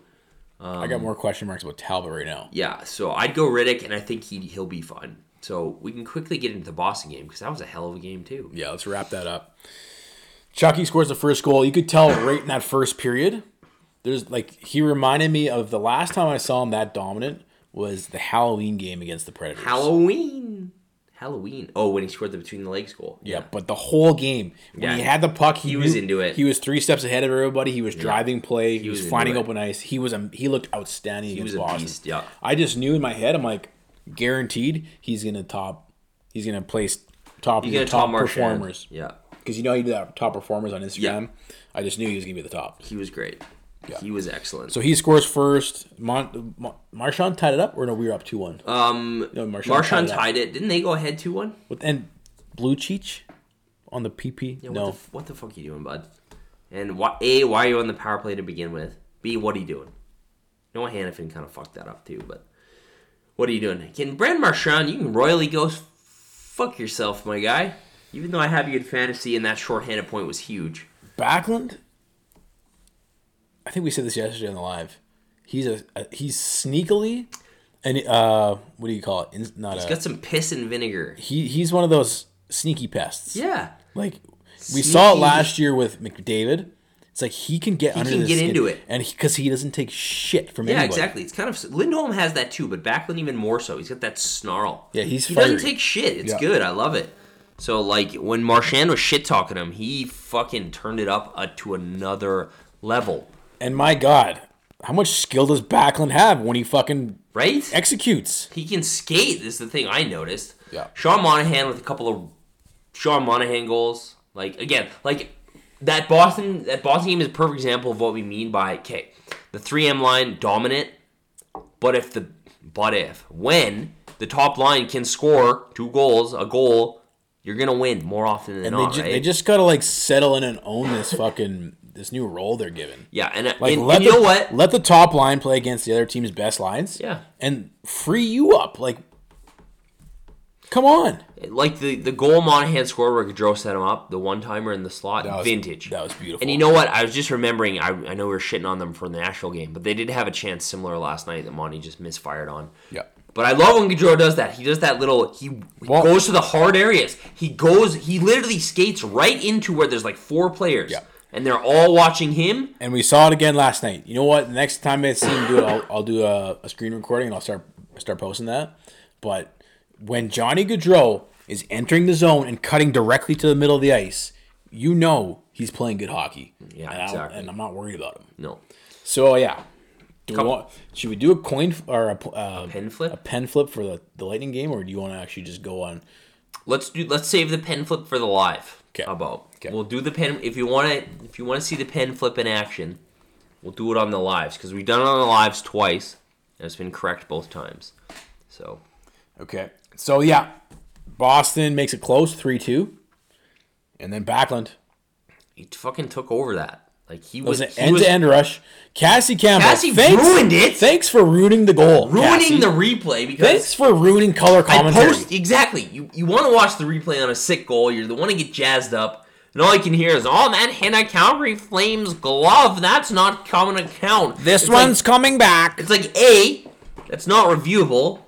[SPEAKER 1] I got more question marks about Talbot right now.
[SPEAKER 2] Yeah, so I'd go Riddick, and I think he he'll be fine. So we can quickly get into the Boston game because that was a hell of a game too.
[SPEAKER 1] Yeah, let's wrap that up. Chucky scores the first goal. You could tell right in that first period. There's like he reminded me of the last time I saw him that dominant was the Halloween game against the Predators.
[SPEAKER 2] Halloween, Halloween. Oh, when he scored the between the legs goal.
[SPEAKER 1] yeah, but the whole game when
[SPEAKER 2] Yeah.
[SPEAKER 1] he had the puck, he,
[SPEAKER 2] He was
[SPEAKER 1] knew-
[SPEAKER 2] into it.
[SPEAKER 1] He was three steps ahead of everybody. He was driving play. He, was,
[SPEAKER 2] was into
[SPEAKER 1] finding
[SPEAKER 2] it.
[SPEAKER 1] open ice. He was a, he looked outstanding
[SPEAKER 2] he was
[SPEAKER 1] against
[SPEAKER 2] a
[SPEAKER 1] Boston.
[SPEAKER 2] beast. Yeah,
[SPEAKER 1] I just knew in my head, I'm like, guaranteed he's gonna top. He's gonna place top,
[SPEAKER 2] You're
[SPEAKER 1] your
[SPEAKER 2] gonna top
[SPEAKER 1] top
[SPEAKER 2] Mark Shannon.
[SPEAKER 1] performers.
[SPEAKER 2] Yeah,
[SPEAKER 1] Because you know how you do that top performers on Instagram.
[SPEAKER 2] Yeah.
[SPEAKER 1] I just knew he was gonna be at the top.
[SPEAKER 2] he was great. He was excellent.
[SPEAKER 1] So he scores first. Mon- Mon- Marshawn tied it up, or no, we were up two one.
[SPEAKER 2] um,
[SPEAKER 1] no, Marshawn,
[SPEAKER 2] Marshawn
[SPEAKER 1] it up.
[SPEAKER 2] tied it. Didn't they go ahead two one?
[SPEAKER 1] With- and Blue Cheech on the PP.
[SPEAKER 2] Yeah, what, the,
[SPEAKER 1] no,
[SPEAKER 2] f- what the fuck are you doing, bud? And why, A, why are you on the power play to begin with? B, what are you doing? Noah Hannafin kind of fucked that up too, but what are you doing? Can Brand Marchand, you can royally go s- fuck yourself, my guy. Even though I have you in fantasy and that shorthanded point was huge.
[SPEAKER 1] Backlund. I think we said this yesterday on the live. He's a, a he's sneakily, and uh, what do you call it? In, not
[SPEAKER 2] He's
[SPEAKER 1] a,
[SPEAKER 2] got some piss and vinegar.
[SPEAKER 1] he he's one of those sneaky pests.
[SPEAKER 2] Yeah.
[SPEAKER 1] Like we saw it
[SPEAKER 2] Sneaky.
[SPEAKER 1] last year with McDavid. It's like he can get under
[SPEAKER 2] can
[SPEAKER 1] the
[SPEAKER 2] get
[SPEAKER 1] skin,
[SPEAKER 2] into it.
[SPEAKER 1] and because he, doesn't take shit from
[SPEAKER 2] Yeah,
[SPEAKER 1] anybody.
[SPEAKER 2] exactly. It's kind of Lindholm has that too, but Backlund even more so. He's got that snarl.
[SPEAKER 1] Yeah, he's
[SPEAKER 2] he doesn't
[SPEAKER 1] fiery.
[SPEAKER 2] take shit. It's
[SPEAKER 1] Yeah.
[SPEAKER 2] good. I love it. So like when Marchand was shit talking him, he fucking turned it up uh, to another level,
[SPEAKER 1] And my God, how much skill does Backlund have when he fucking
[SPEAKER 2] right?
[SPEAKER 1] executes?
[SPEAKER 2] He can skate. Is the thing I noticed.
[SPEAKER 1] Yeah.
[SPEAKER 2] Sean Monahan with a couple of Sean Monahan goals. Like again, like that Boston that Boston game is a perfect example of what we mean by okay, the three M line dominant, but if the but if when the top line can score two goals, a goal, you're gonna win more often than
[SPEAKER 1] And
[SPEAKER 2] not,
[SPEAKER 1] they, ju-
[SPEAKER 2] right?
[SPEAKER 1] they just gotta like settle in and own
[SPEAKER 2] <laughs>
[SPEAKER 1] this fucking this new role they're given.
[SPEAKER 2] yeah, and,
[SPEAKER 1] Like
[SPEAKER 2] and-
[SPEAKER 1] let
[SPEAKER 2] and
[SPEAKER 1] the,
[SPEAKER 2] you know what?
[SPEAKER 1] Let the top line play against the other team's best lines.
[SPEAKER 2] Yeah.
[SPEAKER 1] And free you up. Like come on.
[SPEAKER 2] Like the, the goal Monahan scored where Gaudreau set him up, the one timer in the slot,
[SPEAKER 1] That was-
[SPEAKER 2] vintage.
[SPEAKER 1] That was beautiful.
[SPEAKER 2] And you know what? I was just remembering. I, I know we were shitting on them for the Nashville game, but they did have a chance similar last night that Monty just misfired on.
[SPEAKER 1] Yeah.
[SPEAKER 2] But I love when Gaudreau does that. He does that little. He, he
[SPEAKER 1] Well-
[SPEAKER 2] goes to the hard areas. He goes. He literally skates right into where there's like four players,
[SPEAKER 1] Yeah.
[SPEAKER 2] and they're all watching him.
[SPEAKER 1] And we saw it again last night. You know what? Next time I see him do it, I'll, I'll do a, a screen recording and I'll start start posting that. But when Johnny Gaudreau is entering the zone and cutting directly to the middle of the ice, you know he's playing good hockey.
[SPEAKER 2] Yeah,
[SPEAKER 1] and I don't-
[SPEAKER 2] exactly.
[SPEAKER 1] And I'm not worried about him.
[SPEAKER 2] No,
[SPEAKER 1] So uh, yeah, do we
[SPEAKER 2] Couple-
[SPEAKER 1] want, should we do a coin f- or a, uh,
[SPEAKER 2] pen flip.
[SPEAKER 1] a pen flip for the, the Lightning game, or do you want to actually just go on?
[SPEAKER 2] Let's do. Let's save the pen flip for the live.
[SPEAKER 1] 'Kay.
[SPEAKER 2] How about?
[SPEAKER 1] 'Kay.
[SPEAKER 2] We'll do the pen if you want to. If you want to see the pen flip in action, we'll do it on the lives because we've done it on the lives twice, and it's been correct both times. So
[SPEAKER 1] Okay. So yeah, Boston makes it close, three two, and then Backlund.
[SPEAKER 2] he fucking took over that. Like he
[SPEAKER 1] It was
[SPEAKER 2] was,
[SPEAKER 1] an
[SPEAKER 2] he
[SPEAKER 1] end
[SPEAKER 2] was
[SPEAKER 1] to end rush. Cassie Campbell.
[SPEAKER 2] Cassie ruined it.
[SPEAKER 1] Thanks for ruining the goal.
[SPEAKER 2] ruining
[SPEAKER 1] Cassie.
[SPEAKER 2] the replay because
[SPEAKER 1] Thanks for ruining color
[SPEAKER 2] I
[SPEAKER 1] commentary.
[SPEAKER 2] post exactly. You you want to watch the replay on a sick goal. You're the one to get jazzed up, and all I can hear is, "Oh, that hit a Calgary Flames glove. That's not common account.
[SPEAKER 1] this
[SPEAKER 2] It's like-
[SPEAKER 1] one's coming back.
[SPEAKER 2] It's like A, that's not reviewable.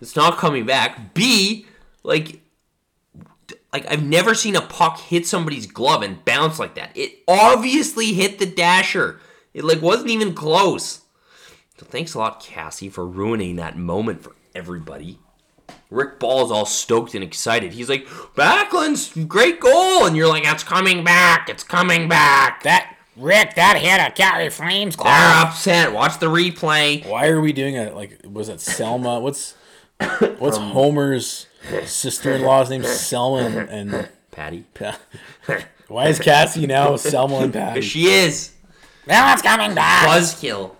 [SPEAKER 2] It's not coming back. B, like like I've never seen a puck hit somebody's glove and bounce like that. It obviously hit the dasher. It like wasn't even close. So thanks a lot, Cassie, for ruining that moment for everybody. Rick Ball's all stoked and excited. He's like, Backlund's great goal. And you're like, it's coming back. It's coming back.
[SPEAKER 1] That Rick, that hit a Calgary Flames glove.
[SPEAKER 2] They're upset. Watch the replay.
[SPEAKER 1] Why are we doing a like? Was it Selma? What's what's Homer's sister-in-law's name? Selma and, and
[SPEAKER 2] Patty.
[SPEAKER 1] Pa- why is Cassie
[SPEAKER 2] <laughs>
[SPEAKER 1] now Selma and Patty?
[SPEAKER 2] She is
[SPEAKER 1] Now it's coming back.
[SPEAKER 2] buzzkill.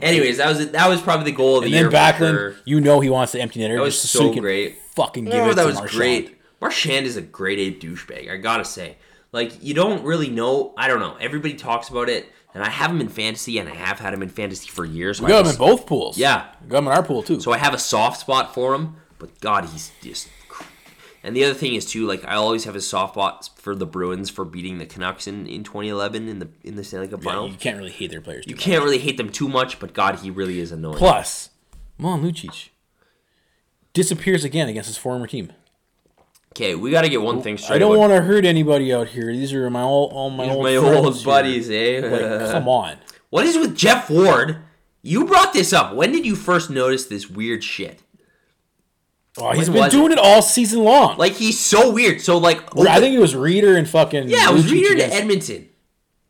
[SPEAKER 2] Anyways, that was it. That was probably the goal of
[SPEAKER 1] and
[SPEAKER 2] the year.
[SPEAKER 1] then
[SPEAKER 2] for
[SPEAKER 1] Backlund,
[SPEAKER 2] sure.
[SPEAKER 1] you know he wants to empty netter. That
[SPEAKER 2] was
[SPEAKER 1] just
[SPEAKER 2] so
[SPEAKER 1] he can
[SPEAKER 2] great.
[SPEAKER 1] Fucking give
[SPEAKER 2] Oh,
[SPEAKER 1] it
[SPEAKER 2] that
[SPEAKER 1] to
[SPEAKER 2] was
[SPEAKER 1] Marchand.
[SPEAKER 2] great. Marchand is a grade A douchebag. I gotta say, like you don't really know. I don't know. Everybody talks about it, and I have him in fantasy, and I have had him in fantasy for years. so
[SPEAKER 1] We
[SPEAKER 2] I
[SPEAKER 1] got him
[SPEAKER 2] just-
[SPEAKER 1] in both pools.
[SPEAKER 2] Yeah.
[SPEAKER 1] we got him in our pool too.
[SPEAKER 2] So I have a soft spot for him, but God, he's just. cr- And the other thing is too, like I always have a soft spot for the Bruins for beating the Canucks in, in 2011 in the in the Stanley Cup final.
[SPEAKER 1] you can't really hate their players. Too
[SPEAKER 2] you can't really hate them too much, but God, he really is annoying.
[SPEAKER 1] Plus, Milan Lucic disappears again against his former team.
[SPEAKER 2] Okay, we got to get one thing straight.
[SPEAKER 1] I don't
[SPEAKER 2] about-
[SPEAKER 1] want to hurt anybody out here. These are my all, all my old
[SPEAKER 2] my
[SPEAKER 1] friends
[SPEAKER 2] old
[SPEAKER 1] here.
[SPEAKER 2] buddies, eh?
[SPEAKER 1] Like, come on.
[SPEAKER 2] what is with Jeff Ward? You brought this up. When did you first notice this weird shit?
[SPEAKER 1] Oh, he's
[SPEAKER 2] When
[SPEAKER 1] been
[SPEAKER 2] was
[SPEAKER 1] doing it? all season long.
[SPEAKER 2] Like he's so weird. So like,
[SPEAKER 1] I think it was Reader and fucking
[SPEAKER 2] yeah, it was
[SPEAKER 1] Lucic
[SPEAKER 2] weird to
[SPEAKER 1] against-
[SPEAKER 2] Edmonton.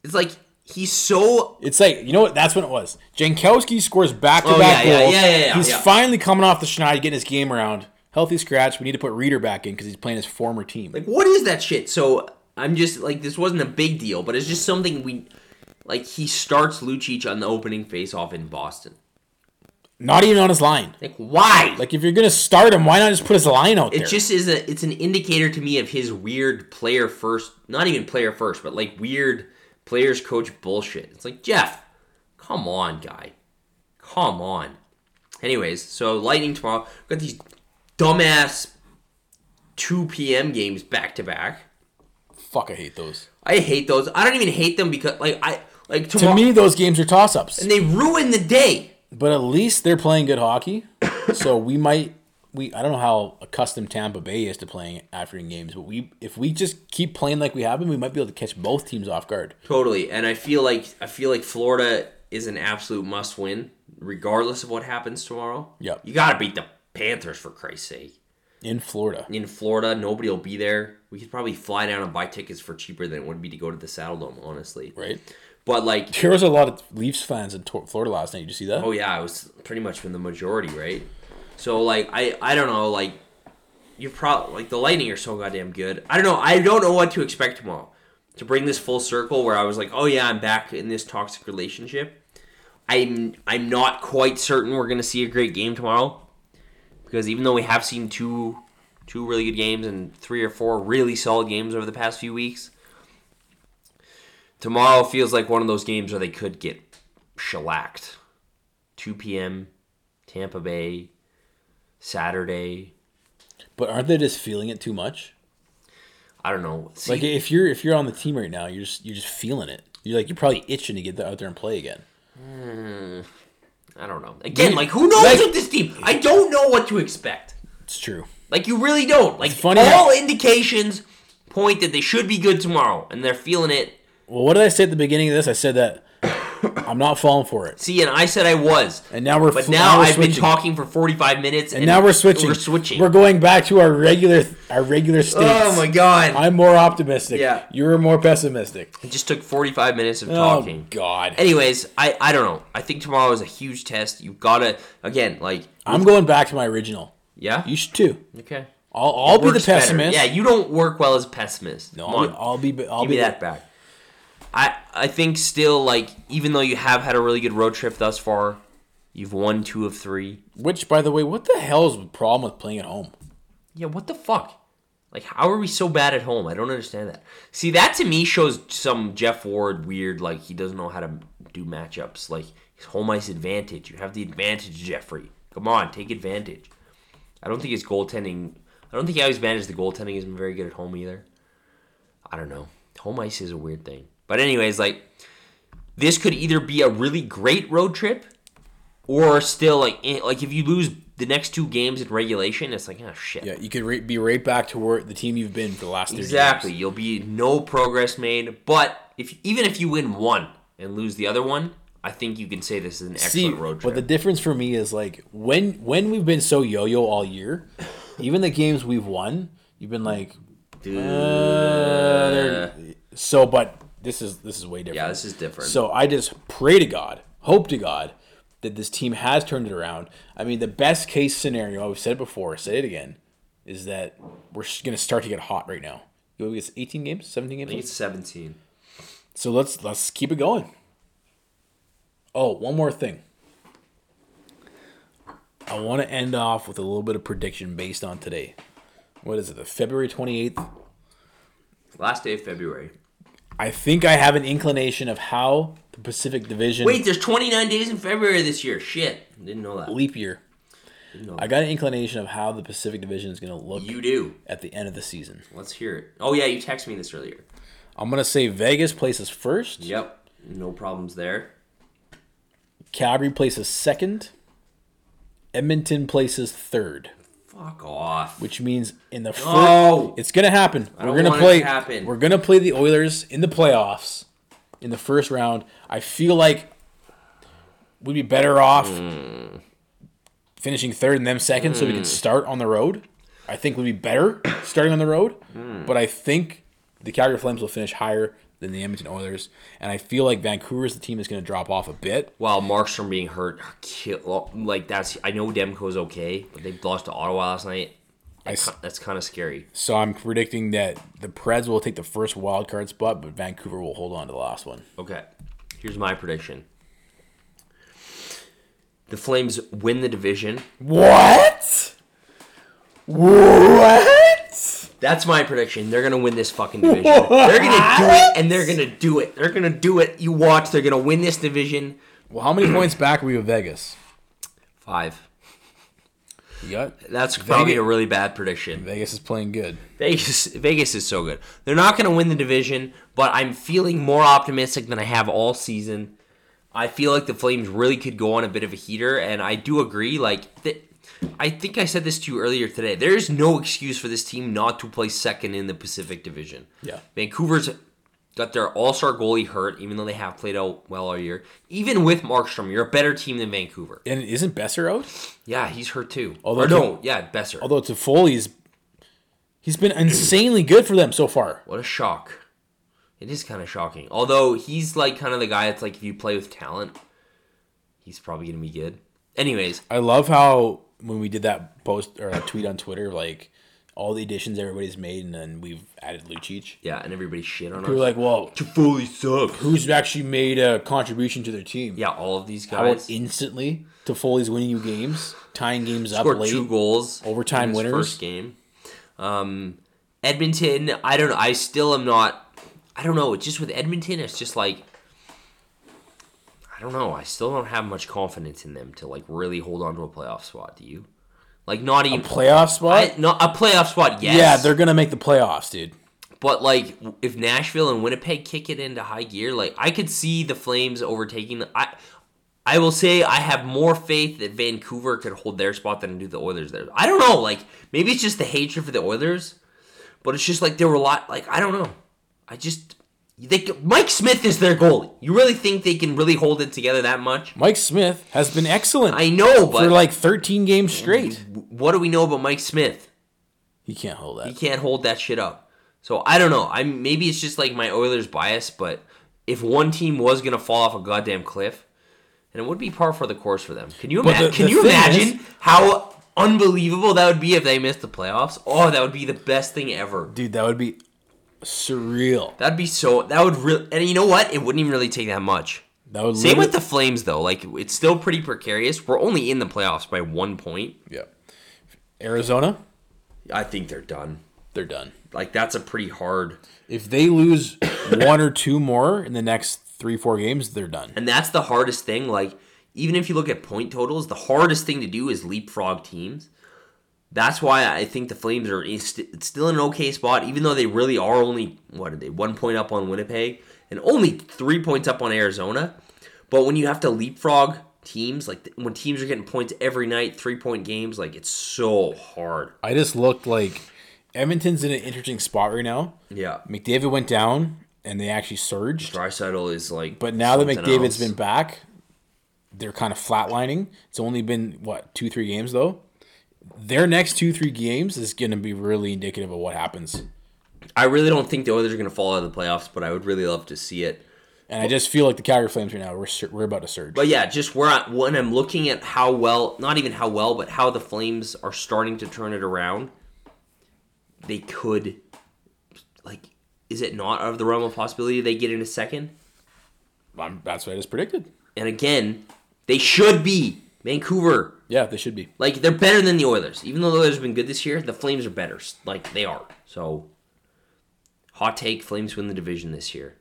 [SPEAKER 2] It's like he's so
[SPEAKER 1] It's like you know what? That's when it was. Jankowski scores back to
[SPEAKER 2] Oh,
[SPEAKER 1] back
[SPEAKER 2] yeah, yeah,
[SPEAKER 1] goals.
[SPEAKER 2] yeah, yeah, yeah,
[SPEAKER 1] He's
[SPEAKER 2] yeah.
[SPEAKER 1] finally coming off the schneid, getting his game around. healthy scratch. We need to put Reader back in because he's playing his former team.
[SPEAKER 2] Like, what is that shit? So I'm just like, this wasn't a big deal, but it's just something we like. He starts Lucic on the opening faceoff in Boston.
[SPEAKER 1] Not even on his line.
[SPEAKER 2] Like, why?
[SPEAKER 1] Like if you're gonna start him, why not just put his line out there?
[SPEAKER 2] it just is a. It's an indicator to me of his weird player first, not even player first, but like weird players coach bullshit. It's like Jeff, come on, guy, come on. Anyways, so Lightning tomorrow. We've got these dumbass 2 p.m. games back to back.
[SPEAKER 1] Fuck, I hate those.
[SPEAKER 2] I hate those. I don't even hate them because like I like
[SPEAKER 1] To
[SPEAKER 2] tomorrow
[SPEAKER 1] me, those games are toss-ups.
[SPEAKER 2] and they ruin the day.
[SPEAKER 1] But at least they're playing good hockey. <coughs> so we might we I don't know how accustomed Tampa Bay is to playing afternoon games, but we if we just keep playing like we have been, we might be able to catch both teams off guard.
[SPEAKER 2] Totally. And I feel like I feel like Florida is an absolute must win, regardless of what happens tomorrow.
[SPEAKER 1] Yep.
[SPEAKER 2] You gotta beat the Panthers for Christ's sake.
[SPEAKER 1] In Florida.
[SPEAKER 2] In Florida, nobody'll be there. We could probably fly down and buy tickets for cheaper than it would be to go to the Saddle Dome, honestly.
[SPEAKER 1] Right?
[SPEAKER 2] But like
[SPEAKER 1] There was a lot of Leafs fans in Tor- Florida last night. Did you see that?
[SPEAKER 2] oh yeah, it was pretty much from the majority, right? So like I I don't know like you're probably like the Lightning are so goddamn good. I don't know. I don't know what to expect tomorrow. To bring this full circle, where I was like, oh yeah, I'm back in this toxic relationship. I'm I'm not quite certain we're gonna see a great game tomorrow because even though we have seen two two really good games and three or four really solid games over the past few weeks. Tomorrow feels like one of those games where they could get shellacked. 2 p.m. Tampa Bay Saturday.
[SPEAKER 1] But aren't they just feeling it too much?
[SPEAKER 2] I don't know. See,
[SPEAKER 1] Like if you're if you're on the team right now, you're just you're just feeling it. You're like you're probably itching to get out there and play again.
[SPEAKER 2] I don't know. Again, like who knows
[SPEAKER 1] Like-
[SPEAKER 2] with this team? I don't know what to expect.
[SPEAKER 1] It's true.
[SPEAKER 2] Like you really don't. Like
[SPEAKER 1] funny
[SPEAKER 2] all indications point that they should be good tomorrow, and they're feeling it.
[SPEAKER 1] Well, what did I say at the beginning of this? I said that I'm not falling for it.
[SPEAKER 2] See, and I said I was,
[SPEAKER 1] And now we're
[SPEAKER 2] but
[SPEAKER 1] fl-
[SPEAKER 2] now
[SPEAKER 1] we're
[SPEAKER 2] I've been
[SPEAKER 1] switching.
[SPEAKER 2] talking for 45 minutes, and,
[SPEAKER 1] Now we're switching.
[SPEAKER 2] We're switching.
[SPEAKER 1] We're going back to our regular our regular states.
[SPEAKER 2] oh my god!
[SPEAKER 1] I'm more optimistic.
[SPEAKER 2] Yeah.
[SPEAKER 1] You were more pessimistic.
[SPEAKER 2] it just took 45 minutes of talking.
[SPEAKER 1] Oh god.
[SPEAKER 2] Anyways, I I don't know. I think tomorrow is a huge test. You gotta again like
[SPEAKER 1] I'm going back to my original.
[SPEAKER 2] yeah.
[SPEAKER 1] You should too.
[SPEAKER 2] okay.
[SPEAKER 1] I'll, I'll be the
[SPEAKER 2] works better.
[SPEAKER 1] pessimist.
[SPEAKER 2] Yeah, you don't work well as a pessimist.
[SPEAKER 1] No,
[SPEAKER 2] Come
[SPEAKER 1] I'll,
[SPEAKER 2] on,
[SPEAKER 1] be- I'll be I'll
[SPEAKER 2] give
[SPEAKER 1] be
[SPEAKER 2] me that back. I I think still like even though you have had a really good road trip thus far, you've won two of three.
[SPEAKER 1] Which by the way, what the hell is the problem with playing at home?
[SPEAKER 2] Yeah, what the fuck? Like, how are we so bad at home? I don't understand that. See, that to me shows some Jeff Ward weird, like, he doesn't know how to do matchups. Like, his home ice advantage. You have the advantage, Jeffrey. Come on, take advantage. I don't think his goaltending, I don't think how he's managed the goaltending isn't very good at home either. I don't know. Home ice is a weird thing. But, anyways, like, this could either be a really great road trip or still, like, eh, like if you lose the next two games in regulation, it's like, oh, shit.
[SPEAKER 1] Yeah, you could re- be right back to where the team you've been for the last 30
[SPEAKER 2] Exactly.
[SPEAKER 1] years.
[SPEAKER 2] You'll be no progress made. But if even if you win one and lose the other one, I think you can say this is an excellent
[SPEAKER 1] See,
[SPEAKER 2] road
[SPEAKER 1] but
[SPEAKER 2] trip.
[SPEAKER 1] the difference for me is like when when we've been so yo-yo all year, even the games we've won, you've been like uh, they're- so but this is this is way different.
[SPEAKER 2] yeah, this is different.
[SPEAKER 1] So I just pray to God, hope to God, that this team has turned it around. I mean, the best case scenario, I've said it before, say it again, is that we're going to start to get hot right now. You know, it's 18 games, 17 games.
[SPEAKER 2] it's 17.
[SPEAKER 1] So let's let's keep it going. Oh, one more thing. I want to end off with a little bit of prediction based on today. What is it? The February 28th.
[SPEAKER 2] Last day of February.
[SPEAKER 1] I think I have an inclination of how the Pacific Division
[SPEAKER 2] Wait, there's 29 days in February this year. Shit. Didn't know that.
[SPEAKER 1] leap year.
[SPEAKER 2] Didn't know
[SPEAKER 1] I
[SPEAKER 2] that.
[SPEAKER 1] got an inclination of how the Pacific Division is going to look
[SPEAKER 2] You do.
[SPEAKER 1] at the end of the season.
[SPEAKER 2] Let's hear it. Oh, yeah, you texted me this earlier.
[SPEAKER 1] I'm going to say Vegas places first,
[SPEAKER 2] Yep. No problems there.
[SPEAKER 1] Calgary places second, Edmonton places third,
[SPEAKER 2] Fuck off.
[SPEAKER 1] which means in the first
[SPEAKER 2] No.
[SPEAKER 1] it's going to happen.
[SPEAKER 2] don't
[SPEAKER 1] We're going to
[SPEAKER 2] want it
[SPEAKER 1] play
[SPEAKER 2] to happen.
[SPEAKER 1] we're going to play the Oilers in the playoffs in the first round. I feel like we'd be better off
[SPEAKER 2] Hmm.
[SPEAKER 1] finishing third and them second so we can start on the road. I think we'd be better <coughs> starting on the road,
[SPEAKER 2] Hmm.
[SPEAKER 1] but I think the Calgary Flames will finish higher than the Edmonton Oilers, and I feel like Vancouver's the team that's going to drop off a bit.
[SPEAKER 2] Wow, Markstrom being hurt, kill, like that's. I know Demko's okay, but they lost to Ottawa last night. That's ki- That's kind of scary.
[SPEAKER 1] So I'm predicting that the Preds will take the first wild card spot, but Vancouver will hold on to the last one.
[SPEAKER 2] Okay, here's my prediction. The Flames win the division.
[SPEAKER 1] What? What?
[SPEAKER 2] That's my prediction. They're gonna win this fucking division. They're gonna do it, and they're gonna do it. They're gonna do it. You watch. They're gonna win this division.
[SPEAKER 1] Well, how many <clears throat> points back are we with Vegas?
[SPEAKER 2] Five.
[SPEAKER 1] You got
[SPEAKER 2] That's probably a really bad prediction.
[SPEAKER 1] Vegas is playing good.
[SPEAKER 2] Vegas, Vegas is so good. They're not going to win the division, but I'm feeling more optimistic than I have all season. I feel like the Flames really could go on a bit of a heater, and I do agree. Like, th- I think I said this to you earlier today. There is no excuse for this team not to play second in the Pacific Division.
[SPEAKER 1] Yeah.
[SPEAKER 2] Vancouver's got their All Star goalie hurt, even though they have played out well all year. Even with Markstrom, you're a better team than Vancouver.
[SPEAKER 1] And isn't Besser out?
[SPEAKER 2] Yeah, he's hurt too.
[SPEAKER 1] Although
[SPEAKER 2] or
[SPEAKER 1] to-
[SPEAKER 2] no, yeah, Besser.
[SPEAKER 1] Although Toffoli's, he's been insanely good for them so far.
[SPEAKER 2] What a shock. It is kind of shocking. Although he's like kind of the guy that's like if you play with talent, he's probably going to be good. Anyways,
[SPEAKER 1] I love how when we did that post or that tweet on Twitter, like all the additions everybody's made, and then we've added Lucic.
[SPEAKER 2] yeah, and everybody shit on us.
[SPEAKER 1] We were like, well,
[SPEAKER 2] you fully suck.
[SPEAKER 1] who's actually made a contribution to their team?
[SPEAKER 2] Yeah, all of these
[SPEAKER 1] How about
[SPEAKER 2] guys
[SPEAKER 1] instantly Toffoli's winning you games, tying games up
[SPEAKER 2] scored
[SPEAKER 1] late.
[SPEAKER 2] two goals,
[SPEAKER 1] Overtime
[SPEAKER 2] in his
[SPEAKER 1] winners.
[SPEAKER 2] First game, um, Edmonton. I don't know. I still am not. I don't know. It's just with Edmonton. It's just like I don't know. I still don't have much confidence in them to like really hold on to a playoff spot. Do you? Like not even
[SPEAKER 1] Playoff spot?
[SPEAKER 2] I, no, a playoff spot, yes.
[SPEAKER 1] Yeah, they're gonna make the playoffs, dude.
[SPEAKER 2] but like if Nashville and Winnipeg kick it into high gear, like I could see the Flames overtaking. The, I I will say I have more faith that Vancouver could hold their spot than do the Oilers. There, I don't know. Like maybe it's just the hatred for the Oilers, but it's just like there were a lot. Like I don't know. I just they c- Mike Smith is their goalie. You really think they can really hold it together that much?
[SPEAKER 1] Mike Smith has been excellent
[SPEAKER 2] I know,
[SPEAKER 1] for
[SPEAKER 2] but
[SPEAKER 1] like 13 games straight.
[SPEAKER 2] what do we know about Mike Smith?
[SPEAKER 1] He can't hold
[SPEAKER 2] he
[SPEAKER 1] that.
[SPEAKER 2] can't hold that shit up. So I don't know. I maybe it's just like my Oilers bias, but if one team was gonna fall off a goddamn cliff, and it would be par for the course for them. Can you
[SPEAKER 1] But
[SPEAKER 2] imagine?
[SPEAKER 1] the-
[SPEAKER 2] Can
[SPEAKER 1] the
[SPEAKER 2] you
[SPEAKER 1] thing
[SPEAKER 2] imagine how unbelievable that would be if they missed the playoffs? Oh, that would be the best thing ever.
[SPEAKER 1] Dude, that would be surreal.
[SPEAKER 2] That'd be so. That would really. And you know what? It wouldn't even really take that much.
[SPEAKER 1] That would
[SPEAKER 2] Same
[SPEAKER 1] literally-
[SPEAKER 2] with the Flames though. Like it's still pretty precarious. We're only in the playoffs by one point.
[SPEAKER 1] Yeah. Arizona,
[SPEAKER 2] I think they're done.
[SPEAKER 1] they're done.
[SPEAKER 2] Like that's a pretty hard.
[SPEAKER 1] If they
[SPEAKER 2] <coughs>
[SPEAKER 1] lose one or two more in the next three, four games, they're done.
[SPEAKER 2] And that's the hardest thing. Like, even if you look at point totals, the hardest thing to do is leapfrog teams. That's why I think the Flames are in st- still in an okay spot, even though they really are only, what are they, one point up on Winnipeg and only three points up on Arizona. But when you have to leapfrog teams, like th- when teams are getting points every night, three point games, like it's so hard.
[SPEAKER 1] I just looked like Edmonton's in an interesting spot right now.
[SPEAKER 2] Yeah.
[SPEAKER 1] McDavid went down and they actually surged.
[SPEAKER 2] Drysaddle is like.
[SPEAKER 1] But now that
[SPEAKER 2] something
[SPEAKER 1] McDavid's
[SPEAKER 2] else.
[SPEAKER 1] been back, they're kind of flatlining. It's only been what two, three games though. Their next two, three games is going to be really indicative of what happens.
[SPEAKER 2] I really don't think the Oilers are going to fall out of the playoffs, but I would really love to see it.
[SPEAKER 1] And I just feel like the Calgary Flames right now we're sur- we're about to surge.
[SPEAKER 2] But yeah, just where I, when I'm looking at how well, not even how well, but how the Flames are starting to turn it around, they could, like, is it not out of the realm of possibility they get in a second?
[SPEAKER 1] I'm, that's what I just predicted.
[SPEAKER 2] And again, they should be Vancouver.
[SPEAKER 1] Yeah, they should be.
[SPEAKER 2] Like they're better than the Oilers, even though the Oilers have been good this year. The Flames are better. Like they are. So, hot take: Flames win the division this year.